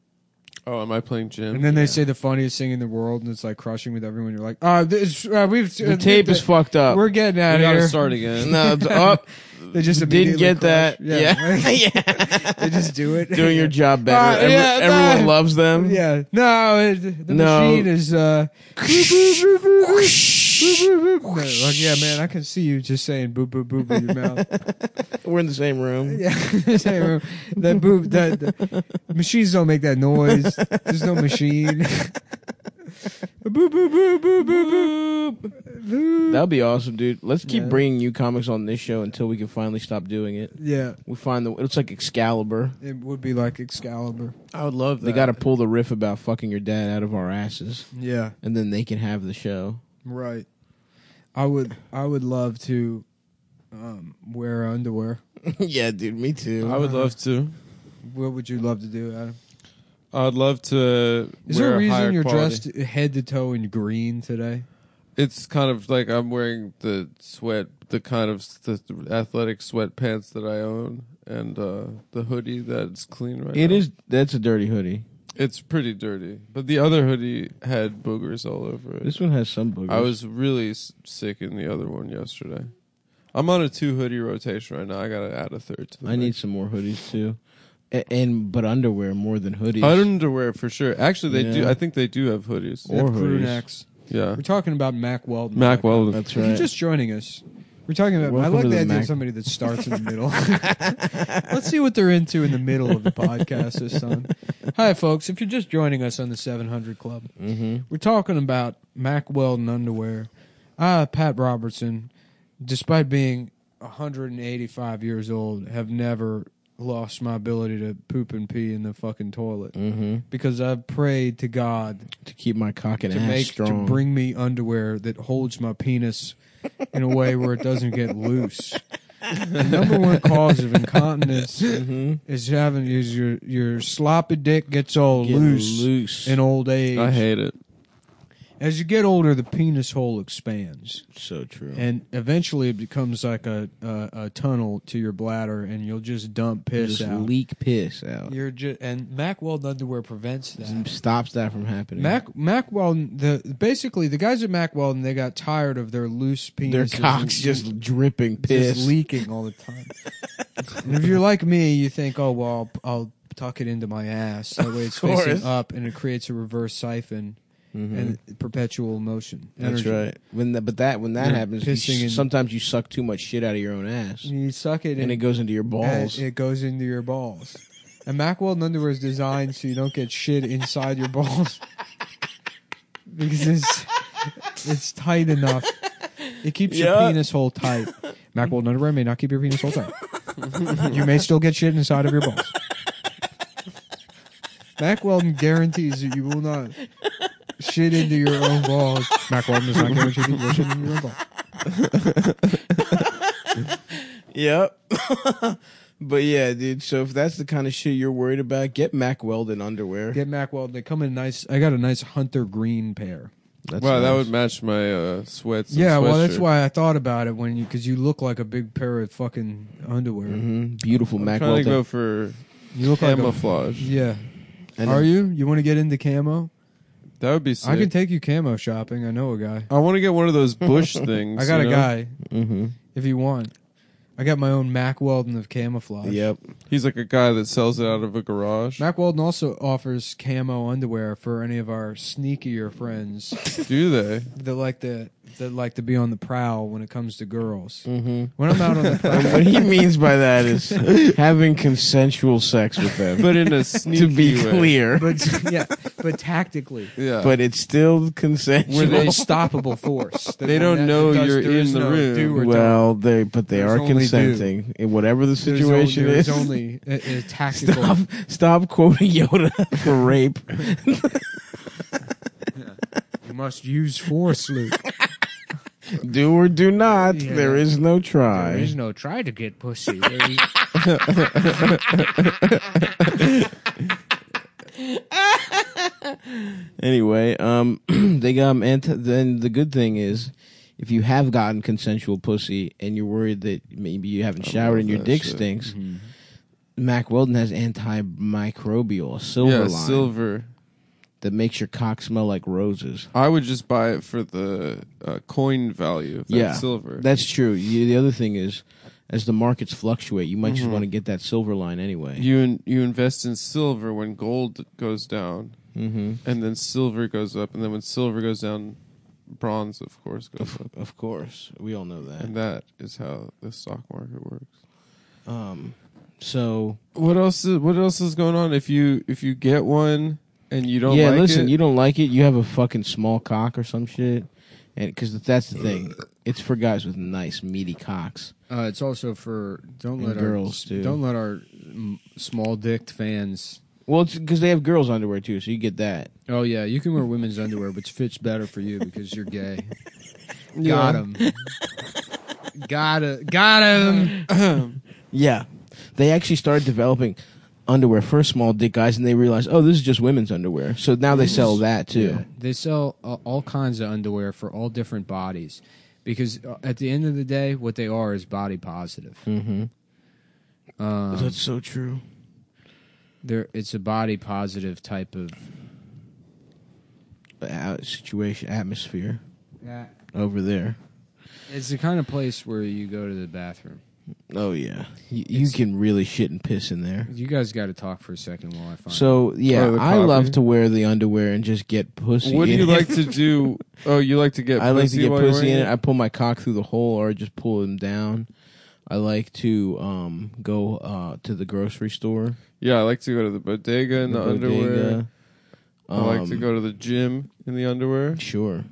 Speaker 3: oh, am I playing gym?
Speaker 1: And then they say the funniest thing in the world, and it's like crushing with everyone. You're like, uh, this, uh we've
Speaker 2: The tape is fucked up.
Speaker 1: We're getting
Speaker 3: we
Speaker 1: out of
Speaker 3: gotta
Speaker 1: here.
Speaker 3: start again.
Speaker 2: no, it's up.
Speaker 1: They just
Speaker 2: didn't
Speaker 1: immediately
Speaker 2: get that.
Speaker 1: crush.
Speaker 2: Yeah, yeah.
Speaker 1: they just do it.
Speaker 2: Doing your job better.
Speaker 1: Uh,
Speaker 2: Every-
Speaker 1: yeah,
Speaker 2: everyone
Speaker 1: nah.
Speaker 2: loves them.
Speaker 1: yeah. No, it, the
Speaker 2: No.
Speaker 1: machine is. Uh, boop, boop, boop, boop, boop, boop, boop, boop. No, like, yeah, man, I can see you just saying boop boop boop in your mouth.
Speaker 2: We're in the same room.
Speaker 1: Yeah, Same, that boop. That the, machines don't make that noise. There's no machine. boop boop boop boop boop boop. boop.
Speaker 2: That'd be awesome, dude. Let's keep
Speaker 1: Yeah.
Speaker 2: bringing new comics on this show until we can finally stop doing it.
Speaker 1: Yeah,
Speaker 2: We find the it's like Excalibur.
Speaker 1: it would be like Excalibur.
Speaker 3: I would love that.
Speaker 2: They got to pull the riff about fucking your dad out of our asses,
Speaker 1: Yeah.
Speaker 2: and then they can have the show.
Speaker 1: Right. I would I would love to um, wear underwear.
Speaker 2: yeah, dude, me too.
Speaker 3: I would love to.
Speaker 1: What would you love to do, Adam?
Speaker 3: I'd love to.
Speaker 1: Is
Speaker 3: wear
Speaker 1: there a
Speaker 3: higher
Speaker 1: reason you're
Speaker 3: quality.
Speaker 1: dressed head to toe in green today?
Speaker 3: It's kind of like I'm wearing the sweat, the kind of s- the athletic sweatpants that I own, and uh, the hoodie that's clean right
Speaker 2: It
Speaker 3: now.
Speaker 2: is. That's a dirty hoodie.
Speaker 3: It's pretty dirty, but the other hoodie had boogers all over it.
Speaker 2: This one has some boogers.
Speaker 3: I was really s- sick in the other one yesterday. I'm on a two hoodie rotation right now. I gotta add a third to. The
Speaker 2: I need some more hoodies too, A- and but underwear more than hoodies.
Speaker 3: I underwear for sure. Actually, they do.
Speaker 2: Yeah.
Speaker 3: I think they do have hoodies.
Speaker 2: Or
Speaker 1: Have crew
Speaker 2: hoodies.
Speaker 1: necks.
Speaker 3: Yeah,
Speaker 1: We're talking about Mac Weldon.
Speaker 3: Mac Weldon.
Speaker 2: That's
Speaker 1: If
Speaker 2: right.
Speaker 1: you're just joining us, we're talking about.
Speaker 2: Welcome
Speaker 1: I
Speaker 2: to
Speaker 1: like
Speaker 2: the
Speaker 1: the idea
Speaker 2: Mac.
Speaker 1: of somebody that starts in the middle. Let's see what they're into in the middle of the podcast this time. Hi, folks. If you're just joining us on the 700 Club,
Speaker 2: hmm
Speaker 1: We're talking about Mac Weldon underwear. I, Pat Robertson, despite being 185 years old, have never lost my ability to poop and pee in the fucking toilet
Speaker 2: hmm
Speaker 1: because I've prayed to God
Speaker 2: To keep my cock and
Speaker 1: to
Speaker 2: ass
Speaker 1: make
Speaker 2: strong.
Speaker 1: to bring me underwear that holds my penis in a way where it doesn't get loose. The number one cause of incontinence
Speaker 2: Mhm.
Speaker 1: is having is your your sloppy dick gets all
Speaker 2: Get
Speaker 1: loose,
Speaker 2: loose.
Speaker 1: in old age.
Speaker 3: I hate it.
Speaker 1: As you get older, the penis hole expands,
Speaker 2: so true.
Speaker 1: and eventually it becomes like a a, a tunnel to your bladder, and you'll just dump piss
Speaker 2: just
Speaker 1: out.
Speaker 2: leak piss out.
Speaker 1: You're just and Mack Weldon underwear prevents
Speaker 2: Just
Speaker 1: that.
Speaker 2: Stops that from happening.
Speaker 1: Mac Mac Weldon the basically the guys at Mac Weldon they got tired of their loose penises
Speaker 2: Their cocks just dripping
Speaker 1: just
Speaker 2: piss.
Speaker 1: leaking all the time. and if you're like me, you think, oh well, I'll, I'll tuck it into my ass. That way it's
Speaker 2: course.
Speaker 1: facing up, and it creates a reverse siphon
Speaker 2: Mhm.
Speaker 1: and perpetual motion.
Speaker 2: That's
Speaker 1: energy.
Speaker 2: right. When the, but that when that
Speaker 1: You're
Speaker 2: happens, you
Speaker 1: pissing
Speaker 2: s-
Speaker 1: in-
Speaker 2: sometimes you suck too much shit out of your own ass,
Speaker 1: You suck it,
Speaker 2: and it goes into your balls.
Speaker 1: It, it goes into your balls. And Mack Weldon underwear is designed so you don't get shit inside your balls because it's it's tight enough. It keeps
Speaker 2: Yeah.
Speaker 1: your penis hole tight. Mack Weldon underwear may not keep your penis hole tight. you may still get shit inside of your balls. Mack Weldon guarantees that you will not shit into your own balls. Mack Weldon does not guarantee that you will shit into your own balls.
Speaker 2: yep. but yeah, dude. So if that's the kind of shit you're worried about, get Mac Weldon underwear.
Speaker 1: Get Mack Weldon. They come in nice. I got a nice hunter green pair.
Speaker 2: That's
Speaker 3: Wow, that
Speaker 2: nice.
Speaker 3: would match my uh, sweats. and
Speaker 1: Yeah, well, that's
Speaker 3: sweatshirt.
Speaker 1: why I thought about it when you because you look like a big pair of fucking underwear.
Speaker 2: Mhm. beautiful
Speaker 3: I'm
Speaker 2: Mac
Speaker 3: trying
Speaker 2: Weldon.
Speaker 3: to go for
Speaker 1: You look like
Speaker 3: camouflage.
Speaker 1: a yeah.
Speaker 2: And
Speaker 1: Are
Speaker 2: then-
Speaker 1: you? You want to get into camo?
Speaker 3: That would be sick.
Speaker 1: I can take you camo shopping. I know a guy.
Speaker 3: I want to get one of those bush things.
Speaker 1: I got
Speaker 3: you
Speaker 1: a
Speaker 3: know?
Speaker 1: guy
Speaker 2: Mhm.
Speaker 1: if you want. I got my own Mac Weldon of camouflage.
Speaker 2: Yep.
Speaker 3: He's like a guy that sells it out of a garage.
Speaker 1: Mac Weldon also offers camo underwear for any of our sneakier friends
Speaker 3: Do they?
Speaker 1: that like to that like to be on the prowl when it comes to girls. Mm-hmm. When I'm out on the prowl,
Speaker 2: Um, what he means by that is having consensual sex with them.
Speaker 3: but in a sneaky
Speaker 2: to be
Speaker 3: way.
Speaker 2: clear, but,
Speaker 1: but yeah, but tactically,
Speaker 3: Yeah.
Speaker 2: it's still consensual.
Speaker 1: with unstoppable force.
Speaker 3: They don't
Speaker 1: That-
Speaker 3: know
Speaker 1: thus
Speaker 3: you're
Speaker 1: there is
Speaker 3: in the
Speaker 1: no
Speaker 3: room.
Speaker 1: do or don't.
Speaker 2: well, they but they
Speaker 1: There's
Speaker 2: are
Speaker 1: only
Speaker 2: consenting in whatever the
Speaker 1: There's
Speaker 2: situation
Speaker 1: o- there's
Speaker 2: is.
Speaker 1: only a, a tactical.
Speaker 2: stop, stop quoting Yoda for rape.
Speaker 1: You must use force, Luke.
Speaker 2: Do or do not.
Speaker 1: Yeah.
Speaker 2: There is no try.
Speaker 1: There is no try to get pussy. There is-
Speaker 2: Anyway, um, they got um, anti- then the good thing is, if you have gotten consensual pussy and you're worried that maybe you haven't showered and your
Speaker 3: that
Speaker 2: dick
Speaker 3: shit.
Speaker 2: stinks, Mac Weldon has antimicrobial, a silver
Speaker 3: Yeah,
Speaker 2: line
Speaker 3: silver.
Speaker 2: that makes your cock smell like roses.
Speaker 3: I would just buy it for the uh, coin value of that
Speaker 2: yeah,
Speaker 3: silver.
Speaker 2: That's true. You, the other thing is, as the markets fluctuate, you might just want to get that silver line anyway.
Speaker 3: you in, you invest in silver when gold goes down,
Speaker 2: mm-hmm.
Speaker 3: and then silver goes up, and then when silver goes down, bronze, of course, goes up.
Speaker 2: Of course, we all know that.
Speaker 3: And that is how the stock market works.
Speaker 2: Um, so
Speaker 3: What else? Is, what else is going on? If you if you get one and you don't
Speaker 2: yeah,
Speaker 3: like
Speaker 2: listen,
Speaker 3: it,
Speaker 2: you don't like it, you have a fucking small cock or some shit, and because that's the thing, it's for guys with nice meaty cocks.
Speaker 1: Uh, it's also for don't
Speaker 2: And
Speaker 1: let
Speaker 2: girls,
Speaker 1: our
Speaker 2: too.
Speaker 1: don't let our mm, small dicked fans.
Speaker 2: Well, it's because they have girls' underwear too, so you get that.
Speaker 1: Oh yeah, you can wear women's underwear, which fits better for you because you're gay.
Speaker 3: Yeah.
Speaker 1: Got him. got him. Got him.
Speaker 2: Yeah, they actually started developing underwear for small dick guys, and they realized, oh, this is just women's underwear. So now they sell that too.
Speaker 1: They sell uh, all kinds of underwear for all different bodies, because uh, at the end of the day, what they are is body positive.
Speaker 2: That's so true.
Speaker 1: They're, it's a body positive type of.
Speaker 2: Uh, situation, atmosphere
Speaker 1: Yeah.
Speaker 2: over there.
Speaker 1: It's the kind of place where you go to the bathroom.
Speaker 2: Oh yeah, you, you can really shit and piss in there.
Speaker 1: You guys got to talk for a second while I find.
Speaker 2: So yeah,
Speaker 3: Toilet
Speaker 2: I
Speaker 3: copy.
Speaker 2: love to wear the underwear and just get pussy.
Speaker 3: what do
Speaker 2: in
Speaker 3: you
Speaker 2: it.
Speaker 3: like to do? Oh, you like to get.
Speaker 2: I like to get
Speaker 3: while you're
Speaker 2: pussy in
Speaker 3: wearing
Speaker 2: it. I pull my cock through the hole or I just pull him down. I like to um, go uh, to the grocery store.
Speaker 3: Yeah, I like to go to the bodega in the, underwear.
Speaker 2: bodega.
Speaker 3: I like to
Speaker 2: Um,
Speaker 3: go to the gym in the underwear.
Speaker 2: uh, Sure.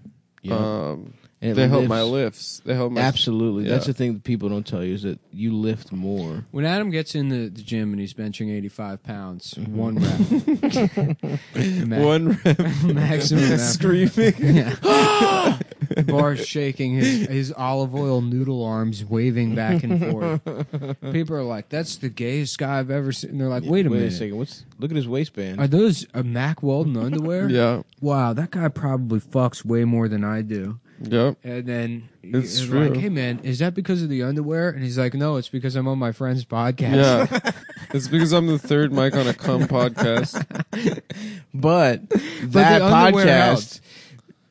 Speaker 2: Yeah.
Speaker 3: Um,
Speaker 2: And it
Speaker 3: they help
Speaker 2: lifts.
Speaker 3: my lifts. They help my
Speaker 2: Absolutely. That's
Speaker 3: Yeah.
Speaker 2: the thing that people don't tell you is that you lift more.
Speaker 1: When Adam gets in the, the gym and he's benching 85 pounds, one rep. Ma-
Speaker 3: one rep
Speaker 1: maximum effort.
Speaker 3: screaming.
Speaker 1: Yeah. The bar is shaking, his, his olive oil noodle arms waving back and forth. People are like, that's the gayest guy I've ever seen. And they're like, wait a minute.
Speaker 2: second. What's look at his waistband?
Speaker 1: Are those a Mac Weldon underwear?
Speaker 3: Yeah,
Speaker 1: Wow, that guy probably fucks way more than I do.
Speaker 3: yeah.
Speaker 1: And then
Speaker 3: It's
Speaker 1: it's
Speaker 3: true.
Speaker 1: like, hey man, is that because of the underwear? And he's like, no, it's because I'm on my friend's podcast.
Speaker 3: Yeah. it's because I'm the third mic on a cum podcast.
Speaker 2: but
Speaker 1: But
Speaker 2: that
Speaker 1: the underwear
Speaker 2: podcast
Speaker 1: helps.
Speaker 3: the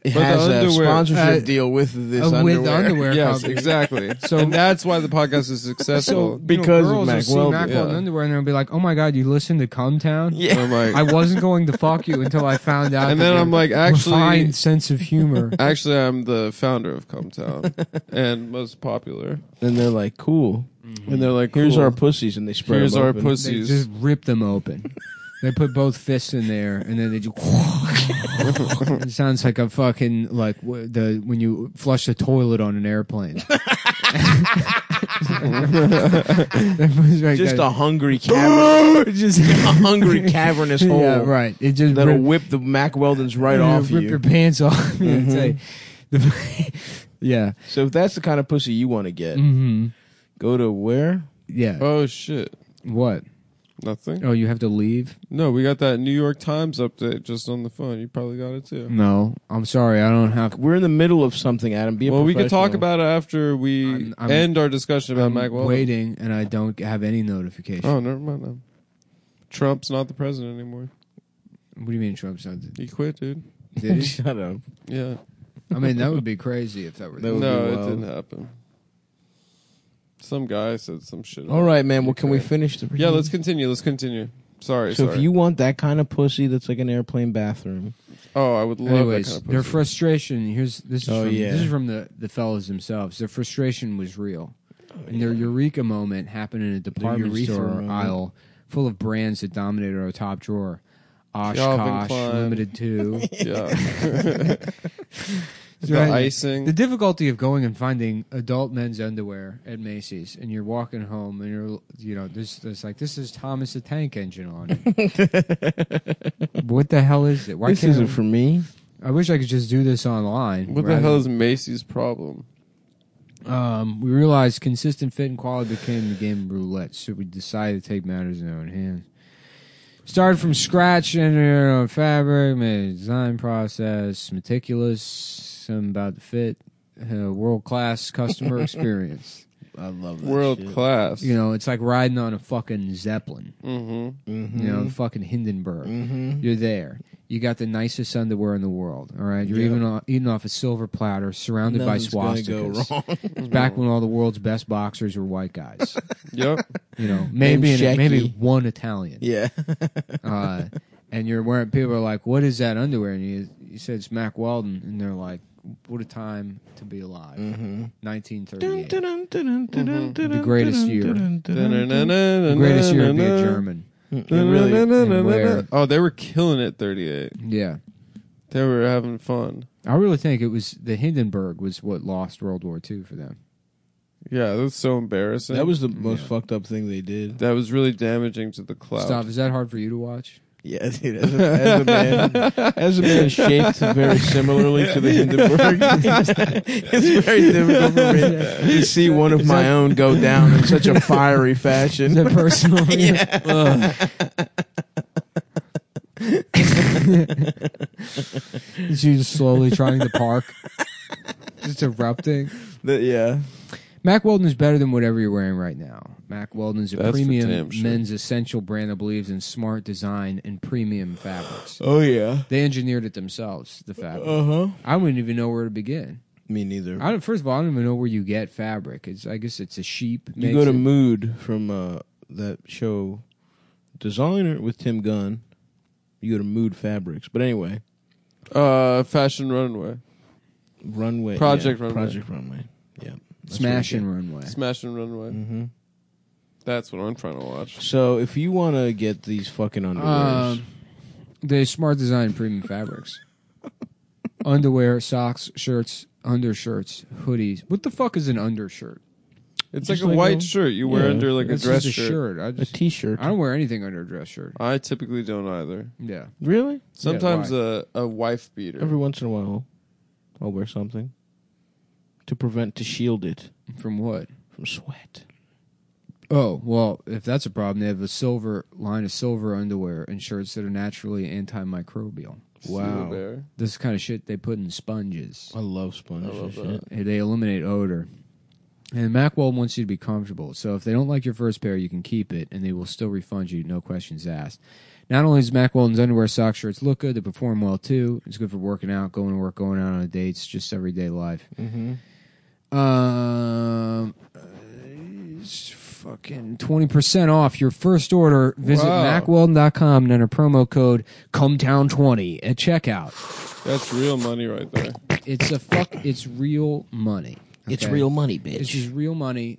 Speaker 2: has a
Speaker 3: underwear-
Speaker 2: sponsorship
Speaker 1: Uh,
Speaker 2: deal with this
Speaker 1: Uh,
Speaker 2: underwear.
Speaker 1: with the underwear
Speaker 3: yes,
Speaker 1: company.
Speaker 3: exactly.
Speaker 1: So-
Speaker 3: and that's why the podcast is successful.
Speaker 1: you know,
Speaker 2: because
Speaker 1: girls
Speaker 2: of
Speaker 1: will
Speaker 2: Mac
Speaker 1: see
Speaker 2: Weldon.
Speaker 1: Mac Weldon
Speaker 3: Yeah.
Speaker 1: underwear and they'll be like, "Oh my god, you listen to Cumtown?
Speaker 2: Yeah.
Speaker 3: I'm like-
Speaker 1: I wasn't going to fuck you until I found out.
Speaker 3: and
Speaker 1: that
Speaker 3: then
Speaker 1: your
Speaker 3: I'm like, actually,
Speaker 1: refined sense of humor.
Speaker 3: actually, I'm the founder of Cumtown and most popular.
Speaker 2: And they're like, cool.
Speaker 3: And they're like,
Speaker 2: Here's
Speaker 3: cool.
Speaker 2: our pussies, and they spread.
Speaker 3: here's
Speaker 2: them
Speaker 3: our
Speaker 2: open.
Speaker 1: they
Speaker 3: pussies.
Speaker 1: just rip them open. They put both fists in there, and then they just. it sounds like a fucking like w- the when you flush the toilet on an airplane.
Speaker 2: Just a hungry cavern. just a hungry cavernous hole.
Speaker 1: yeah, right. It just
Speaker 2: That'll
Speaker 1: rip-
Speaker 2: whip the Mac Weldon's right
Speaker 1: you know,
Speaker 2: off
Speaker 1: rip
Speaker 2: you. Mm-hmm.
Speaker 1: your pants off. Yeah, it's like- the- yeah.
Speaker 2: so if that's the kind of pussy you want to get,
Speaker 1: hmm
Speaker 2: go to where?
Speaker 1: Yeah.
Speaker 3: oh shit,
Speaker 1: what?
Speaker 3: nothing.
Speaker 1: Oh, you have to leave?
Speaker 3: No, we got that New York Times update just on the phone. You probably got it too.
Speaker 1: No. I'm sorry. I don't have.
Speaker 2: We're in the middle of something, Adam. Be a
Speaker 3: Well, we could talk
Speaker 2: professional.
Speaker 3: about it after we
Speaker 1: I'm- I'm-
Speaker 3: end our discussion about
Speaker 1: I'm
Speaker 3: Mac Weldon.
Speaker 1: waiting, and I don't have any notification.
Speaker 3: Oh, never mind. Then. Trump's not the president anymore.
Speaker 1: What do you mean Trump's not?
Speaker 3: He quit, dude.
Speaker 1: Did he?
Speaker 2: Shut up.
Speaker 3: Yeah.
Speaker 1: I mean, that would be crazy if that were.
Speaker 2: That would
Speaker 3: no,
Speaker 2: be
Speaker 3: it
Speaker 2: wild.
Speaker 3: didn't happen. Some guy said some shit.
Speaker 2: All right, man. Well, can we finish the?
Speaker 3: Yeah, let's continue. Let's continue. Sorry.
Speaker 2: So
Speaker 3: sorry.
Speaker 2: if you want that kind of pussy, that's like an airplane bathroom.
Speaker 3: Oh, I would love
Speaker 1: Anyways,
Speaker 3: that kind of pussy.
Speaker 1: their frustration here's this is
Speaker 2: Oh,
Speaker 1: from,
Speaker 2: yeah.
Speaker 1: this is from the the fellas themselves. Their frustration was real,
Speaker 3: Oh,
Speaker 1: and their eureka moment happened in a department
Speaker 2: urethra
Speaker 1: store
Speaker 2: moment.
Speaker 1: aisle full of brands that dominated our top drawer. Oshkosh
Speaker 3: Klein.
Speaker 1: Limited Two.
Speaker 3: yeah. the
Speaker 1: Right.
Speaker 3: icing.
Speaker 1: The difficulty of going and finding adult men's underwear at Macy's, and you're walking home, and you're, you know, this, this like this is Thomas the Tank Engine on it. what the hell is it? Why
Speaker 2: This
Speaker 1: can't
Speaker 2: isn't for me.
Speaker 1: I wish I could just do this online.
Speaker 3: what the
Speaker 1: rather-
Speaker 3: hell is Macy's problem?
Speaker 1: Um, we realized consistent fit and quality became the game of roulette, so we decided to take matters in our own hands. Started from scratch in our own fabric, made a design process, meticulous, something about the fit, uh, world class customer experience.
Speaker 2: I love
Speaker 3: World class.
Speaker 1: You know, it's like riding on a fucking Zeppelin,
Speaker 3: Mm-hmm.
Speaker 2: Mm-hmm.
Speaker 1: you know, fucking Hindenburg.
Speaker 2: Mm-hmm.
Speaker 1: You're there. You got the nicest underwear in the world, all right? You're
Speaker 2: Yeah.
Speaker 1: even o- eating off a silver platter surrounded
Speaker 2: Nothing's
Speaker 1: by
Speaker 2: gonna
Speaker 1: swastikas.
Speaker 2: go wrong.
Speaker 1: It's back when all the world's best boxers were white guys.
Speaker 3: Yep.
Speaker 1: You know, maybe
Speaker 2: Named Jackie.
Speaker 1: maybe one Italian.
Speaker 2: yeah.
Speaker 1: Uh, and you're wearing. People are like, "What is that underwear?" And you you said it's Mac Weldon, and they're like, "What a time to be alive,
Speaker 2: Mm-hmm.
Speaker 1: 1938,
Speaker 2: The
Speaker 1: greatest year. the
Speaker 3: The
Speaker 1: greatest year to be a German."
Speaker 2: Mm-hmm.
Speaker 1: really can wear-
Speaker 3: Oh, they were killing it 38.
Speaker 1: Yeah,
Speaker 3: They were having fun.
Speaker 1: I really think it was the Hindenburg was what lost World War II for them.
Speaker 3: Yeah, that's so embarrassing.
Speaker 2: That was the most fucked up thing they did.
Speaker 3: that was really damaging to the cloud.
Speaker 1: Stop. Is that hard for you to watch?
Speaker 2: Yeah, dude. As a, as a man, as a man shaped very similarly to the Hindenburg, it's very difficult for me to see one of my own go down in such a fiery
Speaker 1: Is
Speaker 2: fashion.
Speaker 1: that personal? Ugh. Is you just slowly trying to park? Just erupting.
Speaker 2: That- yeah,
Speaker 1: Mac Weldon is better than whatever you're wearing right now. Mac Weldon is a
Speaker 3: That's for
Speaker 1: premium
Speaker 3: damn sure.
Speaker 1: men's essential brand that believes in smart design and premium fabrics.
Speaker 2: oh yeah,
Speaker 1: They engineered it themselves, the fabric.
Speaker 2: uh huh.
Speaker 1: I wouldn't even know where to begin.
Speaker 2: Me neither.
Speaker 1: I don't, first of all, I don't even know where you get fabric. It's I guess it's a sheep.
Speaker 2: You go to Mood from uh, that show Designer with Tim Gunn. You go to Mood Fabrics. But anyway,
Speaker 3: Uh, fashion runway.
Speaker 2: Runway.
Speaker 3: Project
Speaker 2: yeah,
Speaker 3: Runway.
Speaker 2: Project Runway. Yeah.
Speaker 1: Smash and Runway.
Speaker 3: Smashing runway.
Speaker 1: Mm-hmm.
Speaker 2: hmm
Speaker 3: That's what I'm trying to watch.
Speaker 2: So if you want to get these fucking underwears,
Speaker 1: Um, the smart design premium fabrics. Underwear, socks, shirts, undershirts, hoodies. What the fuck is an undershirt?
Speaker 3: It's
Speaker 2: Just
Speaker 3: like a
Speaker 2: like
Speaker 3: white
Speaker 2: a-
Speaker 3: shirt you wear
Speaker 2: yeah,
Speaker 3: under like a
Speaker 1: It's
Speaker 3: dress
Speaker 1: just a
Speaker 3: shirt.
Speaker 1: shirt. I
Speaker 2: a
Speaker 1: just
Speaker 2: T-shirt.
Speaker 1: I don't wear anything under a dress shirt.
Speaker 3: I typically don't either.
Speaker 1: Yeah.
Speaker 2: really?
Speaker 3: Sometimes a, a wife beater.
Speaker 2: Every once in a while, I'll wear something to prevent to shield it
Speaker 1: From what?
Speaker 2: from sweat.
Speaker 1: Oh, well, if that's a problem, they have a silver line of silver underwear and shirts that are naturally antimicrobial.
Speaker 3: See the
Speaker 2: Wow.
Speaker 3: bear?
Speaker 1: This is the kind of shit they put in sponges.
Speaker 2: I love sponge.
Speaker 3: I love
Speaker 2: and
Speaker 3: that.
Speaker 2: shit.
Speaker 1: And They eliminate odor. And Macwell wants you to be comfortable. So if they don't like your first pair, you can keep it and they will still refund you, no questions asked. Not only does Mack Weldon's underwear sock shirts look good, they perform well too. It's good for working out, going to work, going out on dates, just everyday life. Um, uh, it's fucking twenty percent off your first order. Visit
Speaker 3: Wow.
Speaker 1: MacWeldon.com and enter promo code Cometown twenty at checkout.
Speaker 3: That's real money right there.
Speaker 1: It's a fuck. It's real money.
Speaker 2: It's
Speaker 1: okay?
Speaker 2: real money,
Speaker 1: It's
Speaker 2: bitch.
Speaker 1: just real money.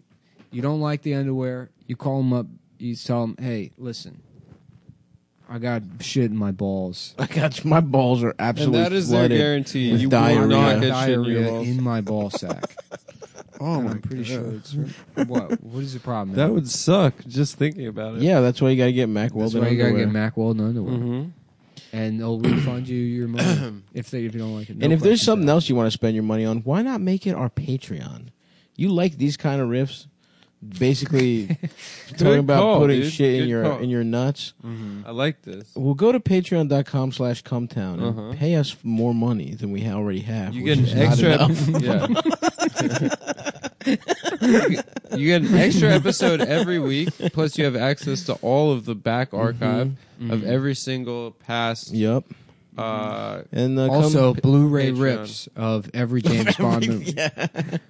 Speaker 1: You don't like the underwear. You call them up. You tell them, hey, listen, I got shit in my balls.
Speaker 2: I got my balls are
Speaker 3: And
Speaker 2: absolutely
Speaker 3: that is their
Speaker 2: flooded.
Speaker 3: guarantee.
Speaker 2: with
Speaker 3: You
Speaker 2: diarrhea.
Speaker 3: will not
Speaker 1: I
Speaker 3: get
Speaker 1: got
Speaker 3: shit in your
Speaker 1: diarrhea
Speaker 3: balls.
Speaker 1: in my ball sack.
Speaker 3: oh
Speaker 1: and
Speaker 3: my
Speaker 1: I'm pretty
Speaker 3: God.
Speaker 1: sure it's what. What is the problem?
Speaker 3: That would suck just thinking about it.
Speaker 2: Yeah, that's why you gotta get Mac
Speaker 1: That's
Speaker 2: Weldon
Speaker 1: why you gotta
Speaker 2: underwear.
Speaker 1: get Mac Weldon underwear.
Speaker 3: Mm-hmm.
Speaker 1: and they'll refund you your money if they if you don't like it. No
Speaker 2: and if there's
Speaker 1: questions
Speaker 2: something
Speaker 1: asked.
Speaker 2: else you want to spend your money on, why not make it our Patreon? You like these kind of riffs, basically talking about
Speaker 3: call,
Speaker 2: putting
Speaker 3: dude.
Speaker 2: shit in
Speaker 3: Good
Speaker 2: your
Speaker 3: call. Mm.
Speaker 2: in your nuts.
Speaker 3: I like this.
Speaker 2: Well, go to patreon.com slash cumtown and
Speaker 3: Uh-huh.
Speaker 2: pay us more money than we already have.
Speaker 3: You
Speaker 2: which
Speaker 3: get an
Speaker 2: is not
Speaker 3: extra.
Speaker 2: enough.
Speaker 3: yeah. you get an extra episode every week. Plus, you have access to all of the back archive of every single past.
Speaker 2: Yep.
Speaker 3: Uh,
Speaker 2: And uh,
Speaker 1: also Blu-ray
Speaker 3: Patreon.
Speaker 1: rips of every James Bond movie. Yeah,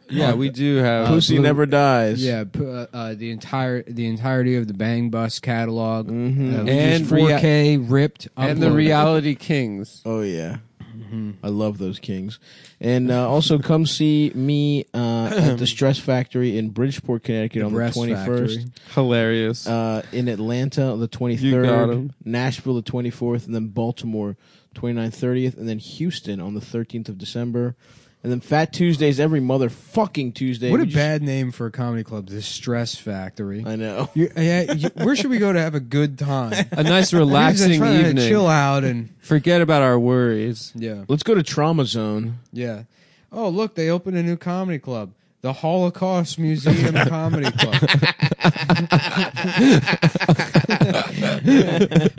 Speaker 3: yeah, we do have.
Speaker 2: cum, Pussy
Speaker 1: Blue-
Speaker 2: Never Dies.
Speaker 1: p- uh, uh, the entire the entirety of the Bang Bus catalog Uh,
Speaker 2: Mhm.
Speaker 1: we
Speaker 3: Mm-hmm. And
Speaker 1: just 4K ripped
Speaker 3: and the
Speaker 1: uploaded.
Speaker 3: Reality Kings.
Speaker 2: Oh, yeah.
Speaker 3: Mm-hmm.
Speaker 2: I love those kings. And uh, also come see me uh, at the Stress Factory in Bridgeport, Connecticut on the
Speaker 1: Breast
Speaker 2: 21st.
Speaker 1: Factory.
Speaker 3: Hilarious.
Speaker 2: Uh, in Atlanta on the 23rd,
Speaker 3: got 'em.
Speaker 2: Nashville the 24th, and then Baltimore 29th, 30th, and then Houston on the 13th of December. And then Fat Tuesdays every motherfucking Tuesday.
Speaker 1: What
Speaker 2: We
Speaker 1: a
Speaker 2: just-
Speaker 1: bad name for a comedy club, the Stress Factory.
Speaker 2: I know.
Speaker 1: You- uh, yeah, you- where should we go to have a good time?
Speaker 3: a nice
Speaker 1: We're just
Speaker 3: relaxing
Speaker 1: trying to
Speaker 3: evening.
Speaker 1: chill out and
Speaker 3: Forget about our worries.
Speaker 1: yeah,
Speaker 2: Let's go to Trauma Zone.
Speaker 1: yeah. Oh, look, they opened a new comedy club, the Holocaust Museum Comedy Club.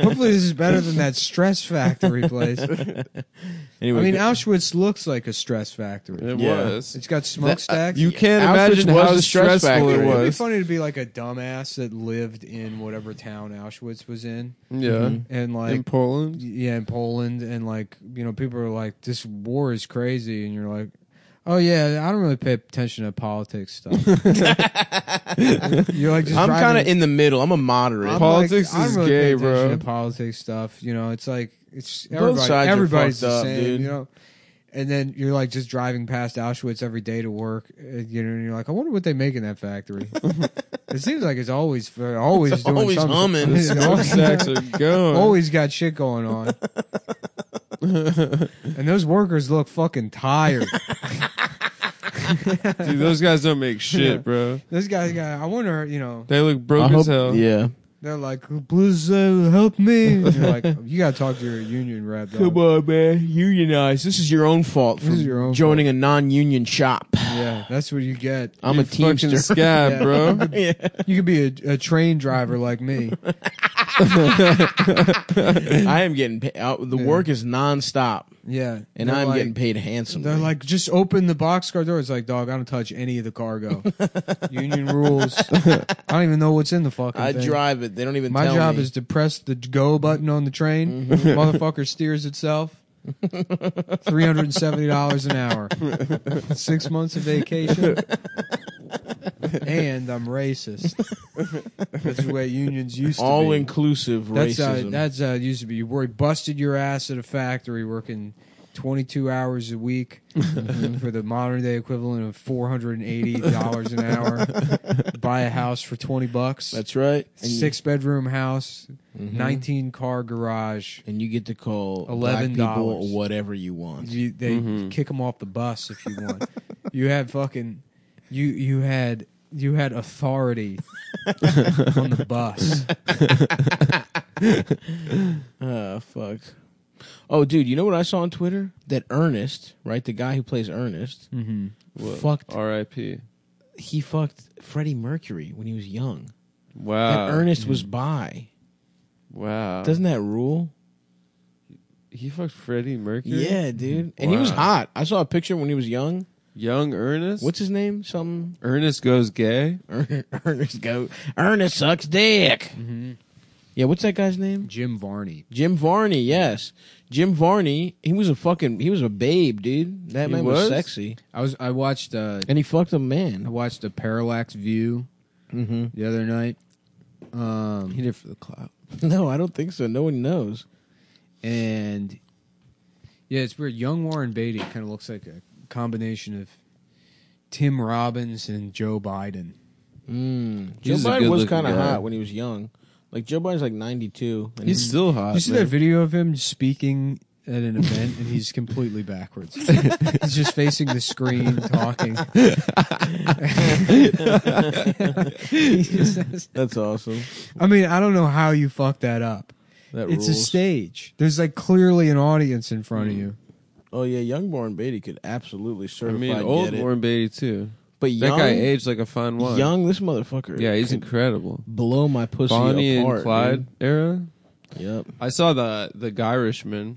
Speaker 1: Hopefully, this is better than that Stress Factory place. I
Speaker 2: Anyway,
Speaker 1: mean,
Speaker 2: go-
Speaker 1: Auschwitz looks like a stress factory.
Speaker 3: It
Speaker 2: Yeah.
Speaker 3: was.
Speaker 1: It's got smokestacks.
Speaker 3: uh, You can't
Speaker 2: Auschwitz
Speaker 3: imagine
Speaker 2: was
Speaker 3: how
Speaker 2: a stress
Speaker 3: stressful
Speaker 2: factory.
Speaker 3: it
Speaker 1: It'd be
Speaker 3: was.
Speaker 1: funny to be like a dumbass that lived in whatever town Auschwitz was in,
Speaker 3: Yeah.
Speaker 1: and like
Speaker 3: In Poland.
Speaker 1: yeah, in Poland, and like you know, people are like, "This war is crazy," and you're like, "Oh yeah, I don't really pay attention to politics stuff." you're like, just
Speaker 2: I'm kind
Speaker 1: driving-
Speaker 2: of in the middle. I'm a moderate.
Speaker 1: I'm
Speaker 3: Politics
Speaker 1: like, I don't
Speaker 3: is
Speaker 1: really
Speaker 3: gay,
Speaker 1: pay attention
Speaker 3: bro.
Speaker 1: To politics stuff, you know, it's like it's everybody,
Speaker 2: sides are
Speaker 1: everybody's
Speaker 2: fucked
Speaker 1: the
Speaker 2: up,
Speaker 1: same,
Speaker 2: dude.
Speaker 1: you know. And then you're like just driving past Auschwitz every day to work, uh, you know. And you're like, I wonder what they make in that factory. it seems like it's always they're always doing
Speaker 2: always
Speaker 1: something.
Speaker 2: humming.
Speaker 1: It's always-
Speaker 3: Smokestacks are going.
Speaker 1: always got shit going on. and those workers look fucking tired.
Speaker 3: Dude, those guys don't make shit, bro.
Speaker 1: Those guys got. I wonder, you know,
Speaker 3: They look broke
Speaker 2: I
Speaker 3: as
Speaker 2: hope-
Speaker 3: hell.
Speaker 2: yeah.
Speaker 1: they're like, please uh, help me. And you're like, you gotta talk to your union rep. dog."
Speaker 2: Come on, man. Unionize. This is your own fault for
Speaker 1: This is your own
Speaker 2: joining a non-union shop.
Speaker 1: Yeah, that's what you get.
Speaker 2: I'm a
Speaker 3: You fucking
Speaker 2: teamster.
Speaker 3: scab,
Speaker 1: Yeah.
Speaker 3: bro.
Speaker 1: You could be a, a train driver like me.
Speaker 2: I am getting paid. Uh, the
Speaker 1: Yeah.
Speaker 2: work is nonstop,
Speaker 1: Yeah,
Speaker 2: and
Speaker 1: They're
Speaker 2: I'm
Speaker 1: like-
Speaker 2: getting paid handsomely.
Speaker 1: They're like, just open the boxcar door. It's like, dog, I don't touch any of the cargo. Union rules. I don't even know what's in the fucking.
Speaker 2: I
Speaker 1: thing.
Speaker 2: drive it. They don't even.
Speaker 1: My
Speaker 2: tell
Speaker 1: job
Speaker 2: me. Mm-hmm.
Speaker 1: is to press the go button on the train. Motherfucker steers itself. Three hundred and seventy dollars an hour. Six months of vacation. and I'm racist. That's the way unions used to
Speaker 2: all
Speaker 1: be.
Speaker 2: inclusive
Speaker 1: that's
Speaker 2: racism.
Speaker 1: Uh, that's uh, used to be. You worry busted your ass at a factory working. 22 hours a week
Speaker 2: Mm-hmm.
Speaker 1: for the modern day equivalent of $480 an hour. Buy a house for 20 bucks
Speaker 2: That's right. And you- Mm-hmm.
Speaker 1: six bedroom house, nineteen car garage.
Speaker 2: and you get to call black
Speaker 1: $11.
Speaker 2: people whatever you want.
Speaker 1: You, they
Speaker 2: Mm-hmm.
Speaker 1: kick them off the bus if you want. you had fucking, you you had you had authority on the bus.
Speaker 2: Ah, fuck. Oh, dude, you know what I saw on Twitter? That Ernest, right, the guy who plays Ernest,
Speaker 1: Mm-hmm.
Speaker 3: What?
Speaker 2: fucked.
Speaker 3: R.I.P.
Speaker 2: He fucked Freddie Mercury when he was young.
Speaker 3: Wow.
Speaker 2: That Ernest was bi.
Speaker 3: wow.
Speaker 2: Uh, Doesn't that rule?
Speaker 3: he fucked Freddie Mercury?
Speaker 2: Yeah, dude. And he was
Speaker 3: Wow.
Speaker 2: hot. I saw a picture when he was young.
Speaker 3: Young Ernest?
Speaker 2: What's his name? Something.
Speaker 3: Ernest goes gay?
Speaker 2: Ernest go. Ernest sucks dick.
Speaker 3: Mm-hmm.
Speaker 2: Yeah, what's that guy's name?
Speaker 1: Jim Varney.
Speaker 2: Jim Varney. Yes, Jim Varney. He was a fucking. He was a babe, dude. That
Speaker 3: He
Speaker 2: man was?
Speaker 3: was?
Speaker 2: sexy,
Speaker 1: I was I watched uh
Speaker 2: and he fucked a
Speaker 1: I
Speaker 2: man.
Speaker 1: watched a Parallax View
Speaker 2: Mm-hmm.
Speaker 1: the other night. Um,
Speaker 3: did for the clout.
Speaker 2: No, I don't think so. No one knows.
Speaker 1: and yeah, it's weird. Young Warren Beatty kind of looks like a combination of Tim Robbins and Joe Biden.
Speaker 2: Mm. Joe
Speaker 3: He's a
Speaker 2: Biden was
Speaker 3: good-looking
Speaker 2: kind of
Speaker 3: guy.
Speaker 2: hot when he was young. Like Joe Biden's like ninety two.
Speaker 3: He's still hot.
Speaker 1: you see
Speaker 3: man.
Speaker 1: that video of him speaking at an event and he's completely backwards. he's just facing the screen talking. He just has-
Speaker 2: That's awesome.
Speaker 1: I mean, I don't know how you fuck that up.
Speaker 2: That
Speaker 1: it's a
Speaker 2: rules.
Speaker 1: stage. There's like clearly an audience in front
Speaker 3: Mm.
Speaker 1: of you.
Speaker 2: Oh yeah, young Warren Beatty could absolutely
Speaker 3: I
Speaker 2: certify.
Speaker 3: mean,
Speaker 2: get
Speaker 3: old
Speaker 2: it.
Speaker 3: Warren Beatty, too.
Speaker 2: but
Speaker 3: That
Speaker 2: young,
Speaker 3: guy aged like a fine wine.
Speaker 2: young, this motherfucker.
Speaker 3: Yeah, he's
Speaker 2: could
Speaker 3: incredible.
Speaker 2: blow my pussy
Speaker 3: Bonnie
Speaker 2: apart.
Speaker 3: and Clyde
Speaker 2: dude.
Speaker 3: era.
Speaker 2: Yep.
Speaker 3: I saw the the Irishman.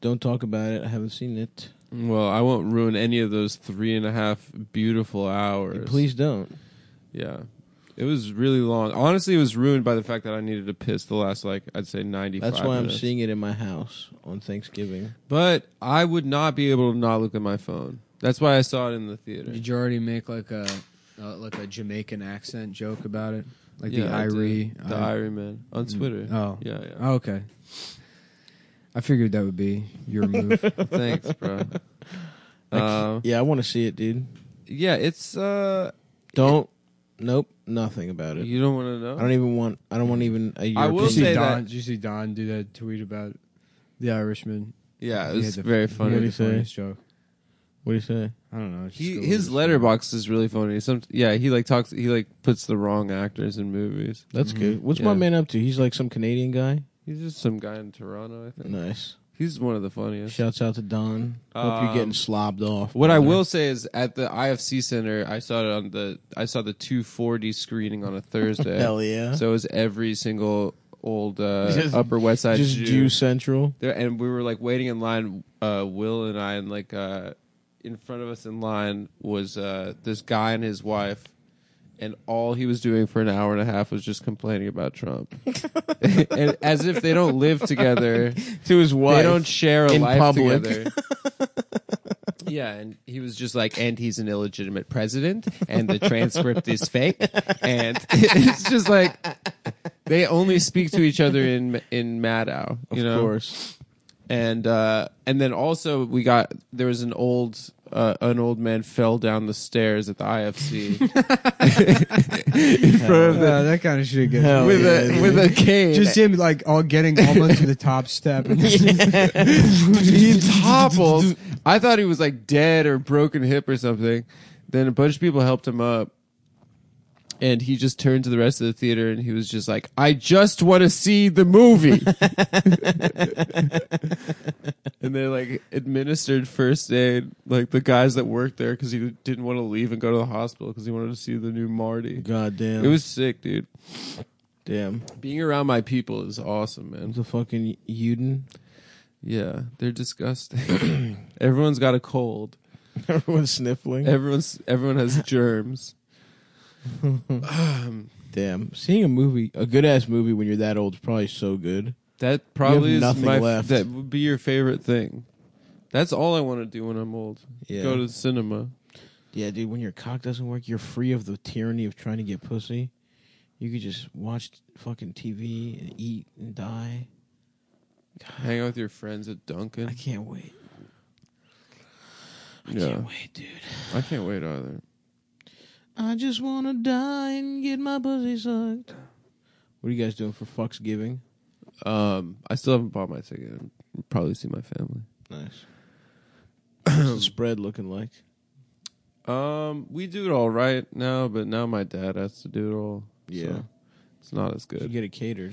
Speaker 2: Don't talk about it. I haven't seen it.
Speaker 3: Well, I won't ruin any of those three and a half beautiful hours.
Speaker 2: Please don't.
Speaker 3: Yeah. It was really long. Honestly, it was ruined by the fact that I needed to piss the last, like, I'd say 95
Speaker 2: That's why I'm
Speaker 3: minutes.
Speaker 2: seeing it in my house on Thanksgiving.
Speaker 3: But I would not be able to not look at my phone. That's why I saw it in the theater.
Speaker 1: Did you already make like a uh, like a Jamaican accent joke about it? Like
Speaker 3: Yeah, I
Speaker 1: the
Speaker 3: did.
Speaker 2: uh,
Speaker 1: Irie.
Speaker 3: The
Speaker 1: I- Mm.
Speaker 3: Irie man. On Twitter.
Speaker 1: Oh.
Speaker 3: Yeah, yeah.
Speaker 1: Oh, okay. I figured that would be your move.
Speaker 3: Thanks, bro. Uh,
Speaker 2: Yeah, I want to see it, dude.
Speaker 3: yeah, it's uh,
Speaker 2: Don't. Nope. Nothing about it.
Speaker 3: you don't want to know.
Speaker 2: I don't even want. I don't want even. A your
Speaker 3: I will
Speaker 1: Did you,
Speaker 2: opinion.
Speaker 1: see
Speaker 3: say
Speaker 1: Don,
Speaker 3: that-
Speaker 1: did you see Don do that tweet about the Irishman?
Speaker 3: yeah, it
Speaker 1: He
Speaker 3: was
Speaker 1: had the-
Speaker 3: very
Speaker 1: He had
Speaker 3: funny.
Speaker 1: the funniest joke.
Speaker 2: What do you say?
Speaker 1: I don't know. it's just
Speaker 3: He,
Speaker 1: a
Speaker 3: his
Speaker 1: little-
Speaker 3: letterbox is really funny. Some yeah, he like talks. He like puts the wrong actors in movies.
Speaker 2: That's good. What's
Speaker 3: Mm-hmm. Yeah.
Speaker 2: my man up to? He's like some Canadian guy.
Speaker 3: He's just some guy in Toronto. I think
Speaker 2: Nice.
Speaker 3: he's one of the funniest.
Speaker 2: Shouts out to Don. Hope you're
Speaker 3: Um,
Speaker 2: getting slobbed off.
Speaker 3: What I
Speaker 2: brother.
Speaker 3: will say is at the IFC Center, I saw it on the I saw the 240 screening on a Thursday.
Speaker 2: Hell yeah.
Speaker 3: So it was every single old uh,
Speaker 2: Just-
Speaker 3: Upper West Side
Speaker 2: just
Speaker 3: Jew.
Speaker 2: Jew Central.
Speaker 3: There, and we were like waiting in line. Uh, Will and I, and like uh, in front of us in line was uh, this guy and his wife, and all he was doing for an hour and a half was just complaining about Trump, and as if they don't live together.
Speaker 2: To his wife.
Speaker 3: They don't share a
Speaker 2: in
Speaker 3: life
Speaker 2: public.
Speaker 3: together. yeah, and he was just like, and he's an illegitimate president, and the transcript is fake, and it's just like they only speak to each other in in Maddow, you
Speaker 2: of
Speaker 3: know.
Speaker 2: course.
Speaker 3: And uh, and then also we got there was an old uh, an old man fell down the stairs at the IFC in front of the
Speaker 1: Uh, that kind of shit gets
Speaker 2: Hell
Speaker 1: me.
Speaker 3: with
Speaker 2: yeah,
Speaker 3: a
Speaker 2: dude.
Speaker 3: with a cane.
Speaker 1: Just him like all getting almost to the top step. And
Speaker 3: he topples. I thought he was like dead or broken hip or something. Then a bunch of people helped him up. And he just turned to the rest of the theater and he was just like, I just want to see the movie. and they like administered first aid, like the guys that worked there because he didn't want to leave and go to the hospital because he wanted to see the new Marty.
Speaker 2: God damn.
Speaker 3: It was sick, dude.
Speaker 2: damn.
Speaker 3: Being around my people is awesome, man.
Speaker 2: The fucking Uden.
Speaker 3: Yeah, they're disgusting. Everyone's got a cold.
Speaker 2: Everyone's sniffling.
Speaker 3: Everyone's everyone has germs.
Speaker 2: Damn. Seeing a movie, a good ass movie when you're that old is probably so good.
Speaker 3: That probably is
Speaker 2: nothing
Speaker 3: my
Speaker 2: left.
Speaker 3: that would be your favorite thing. That's all I want to do when I'm old.
Speaker 2: Yeah.
Speaker 3: Go to the cinema.
Speaker 2: Yeah, dude, when your cock doesn't work, you're free of the tyranny of trying to get pussy. You could just watch fucking TV and eat and die.
Speaker 3: Hang out with your friends at
Speaker 2: I
Speaker 3: Dunkin'.
Speaker 2: can't wait. I
Speaker 3: Yeah.
Speaker 2: can't wait, dude.
Speaker 3: I can't wait either.
Speaker 2: I just want to die and get my pussy sucked. What are you guys doing for fucks giving?
Speaker 3: Um, I still haven't bought my ticket. I'll probably see my family.
Speaker 2: Nice. What's the spread looking like?
Speaker 3: Um, we do it all right now, but now my dad has to do it all.
Speaker 2: Yeah.
Speaker 3: so it's not as
Speaker 2: You
Speaker 3: good.
Speaker 2: get it catered.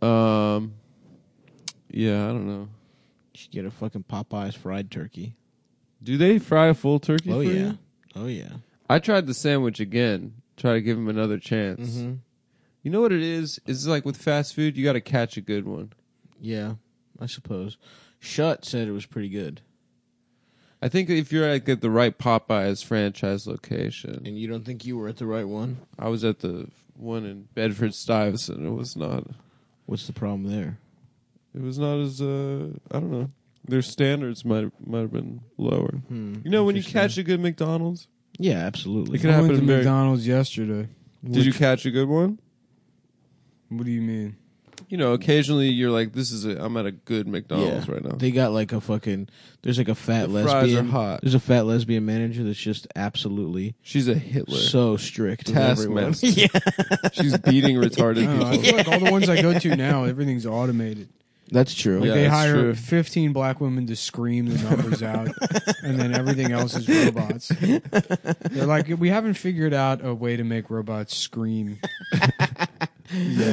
Speaker 3: Um, yeah, I don't
Speaker 2: You
Speaker 3: know.
Speaker 2: should get a fucking Popeyes fried turkey.
Speaker 3: Do they fry a full turkey?
Speaker 2: Oh
Speaker 3: for
Speaker 2: yeah.
Speaker 3: you?
Speaker 2: Oh yeah.
Speaker 3: I tried the sandwich again. Try to give him another chance.
Speaker 2: Mm-hmm.
Speaker 3: You know what it is? It's like with fast food, you got to catch a good one.
Speaker 2: Yeah, I suppose. Shut said it was pretty good,
Speaker 3: I think if you're like, at the right Popeyes franchise location,
Speaker 2: and you don't think you were at the right one.
Speaker 3: I was at the one in Bedford Stuyvesant. It was not.
Speaker 2: What's the problem there?
Speaker 3: It was not as. Uh, I don't know. Their standards might might have been lower.
Speaker 2: Hmm.
Speaker 3: You know, when you catch a good McDonald's,
Speaker 2: Yeah, absolutely.
Speaker 3: It could
Speaker 1: I went
Speaker 3: happen
Speaker 1: to
Speaker 3: in very-
Speaker 1: McDonald's yesterday.
Speaker 3: did you catch a good one?
Speaker 1: What do you mean?
Speaker 3: You know, occasionally you're like, "This is a. I'm at a good McDonald's right now."
Speaker 2: They got like a fucking. There's like a fat
Speaker 3: The fries are
Speaker 2: lesbian.
Speaker 3: hot.
Speaker 2: There's a fat lesbian manager that's just absolutely
Speaker 3: She's a Hitler.
Speaker 2: so strict. with everyone.
Speaker 3: Taskmaster. She's beating retarded
Speaker 1: I, don't know. I
Speaker 3: people.
Speaker 1: feel like all the ones I go to now, everything's automated.
Speaker 2: That's true.
Speaker 1: Like
Speaker 3: Yeah,
Speaker 1: they
Speaker 3: that's
Speaker 1: hire
Speaker 3: true.
Speaker 1: 15 black women to scream the numbers out, and then everything else is robots. They're like, we haven't figured out a way to make robots scream.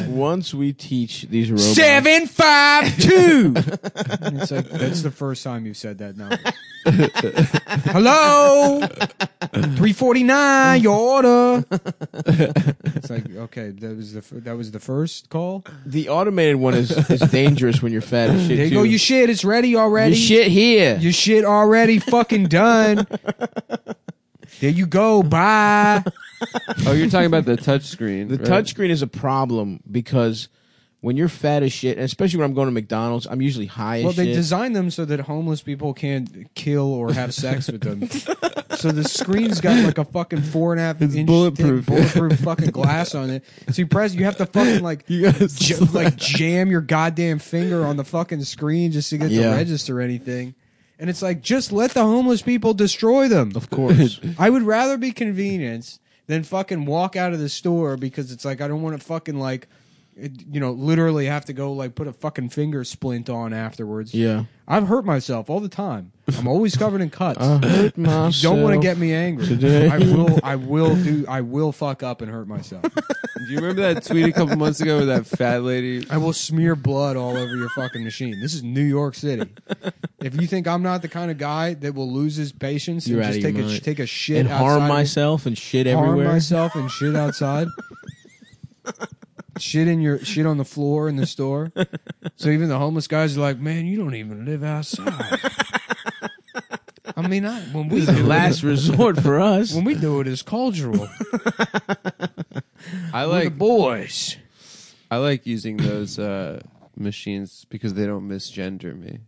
Speaker 2: Once we teach these robots,
Speaker 1: five two. it's like that's the first time you've said that number. Hello, three forty nine. Your order. it's like okay, that was the fir- that was the first call.
Speaker 2: the automated one is, is dangerous when you're fat as shit.
Speaker 1: There you go.
Speaker 2: too.
Speaker 1: Your shit. It's ready
Speaker 2: Your
Speaker 1: already.
Speaker 2: shit here.
Speaker 1: Your shit already fucking done. there you go. Bye.
Speaker 3: Oh, you're talking about the touch screen.
Speaker 2: The touchscreen is a problem because when you're fat as shit, and especially when I'm going to McDonald's, I'm usually high as
Speaker 1: Well,
Speaker 2: shit.
Speaker 1: they designed them so that homeless people can't kill or have sex with them. So the screen's got like a fucking four and a half
Speaker 3: It's
Speaker 1: inch
Speaker 3: bulletproof.
Speaker 1: thick, bulletproof fucking glass on it. So you press, you have to fucking like,
Speaker 3: You gotta
Speaker 1: j-
Speaker 3: slap.
Speaker 1: like jam your goddamn finger on the fucking screen just to get
Speaker 2: Yeah.
Speaker 1: to register anything. And it's like, just let the homeless people destroy them.
Speaker 2: Of course.
Speaker 1: I would rather be convenienced than fucking walk out of the store because it's like I don't want to fucking like, it- you know, literally have to go like put a fucking finger splint on afterwards.
Speaker 2: yeah.
Speaker 1: I've hurt myself all the time. I'm always covered in cuts.
Speaker 2: hurt
Speaker 1: You don't want to get me angry.
Speaker 2: Uh, today.
Speaker 1: I will. I will do. I will fuck up and hurt myself.
Speaker 3: Do you remember that tweet a couple months ago with that fat lady?
Speaker 1: I will smear blood all over your fucking machine. This is New York City. If you think I'm not the kind of guy that will lose his patience
Speaker 2: You're
Speaker 1: and
Speaker 2: out of
Speaker 1: just
Speaker 2: your
Speaker 1: take a
Speaker 2: mind.
Speaker 1: take a shit
Speaker 2: and harm
Speaker 1: outside of-
Speaker 2: myself and shit
Speaker 1: harm
Speaker 2: everywhere.
Speaker 1: myself and shit outside. shit in your shit on the floor in the store. So even the homeless guys are like, "Man, you don't even live outside." I mean, I, when we
Speaker 2: This is the
Speaker 1: do
Speaker 2: last resort for
Speaker 1: it,
Speaker 2: us.
Speaker 1: when we do it, it's cultural.
Speaker 3: I
Speaker 1: We're the
Speaker 3: like
Speaker 1: boys.
Speaker 3: I like using those uh, machines because they don't misgender me.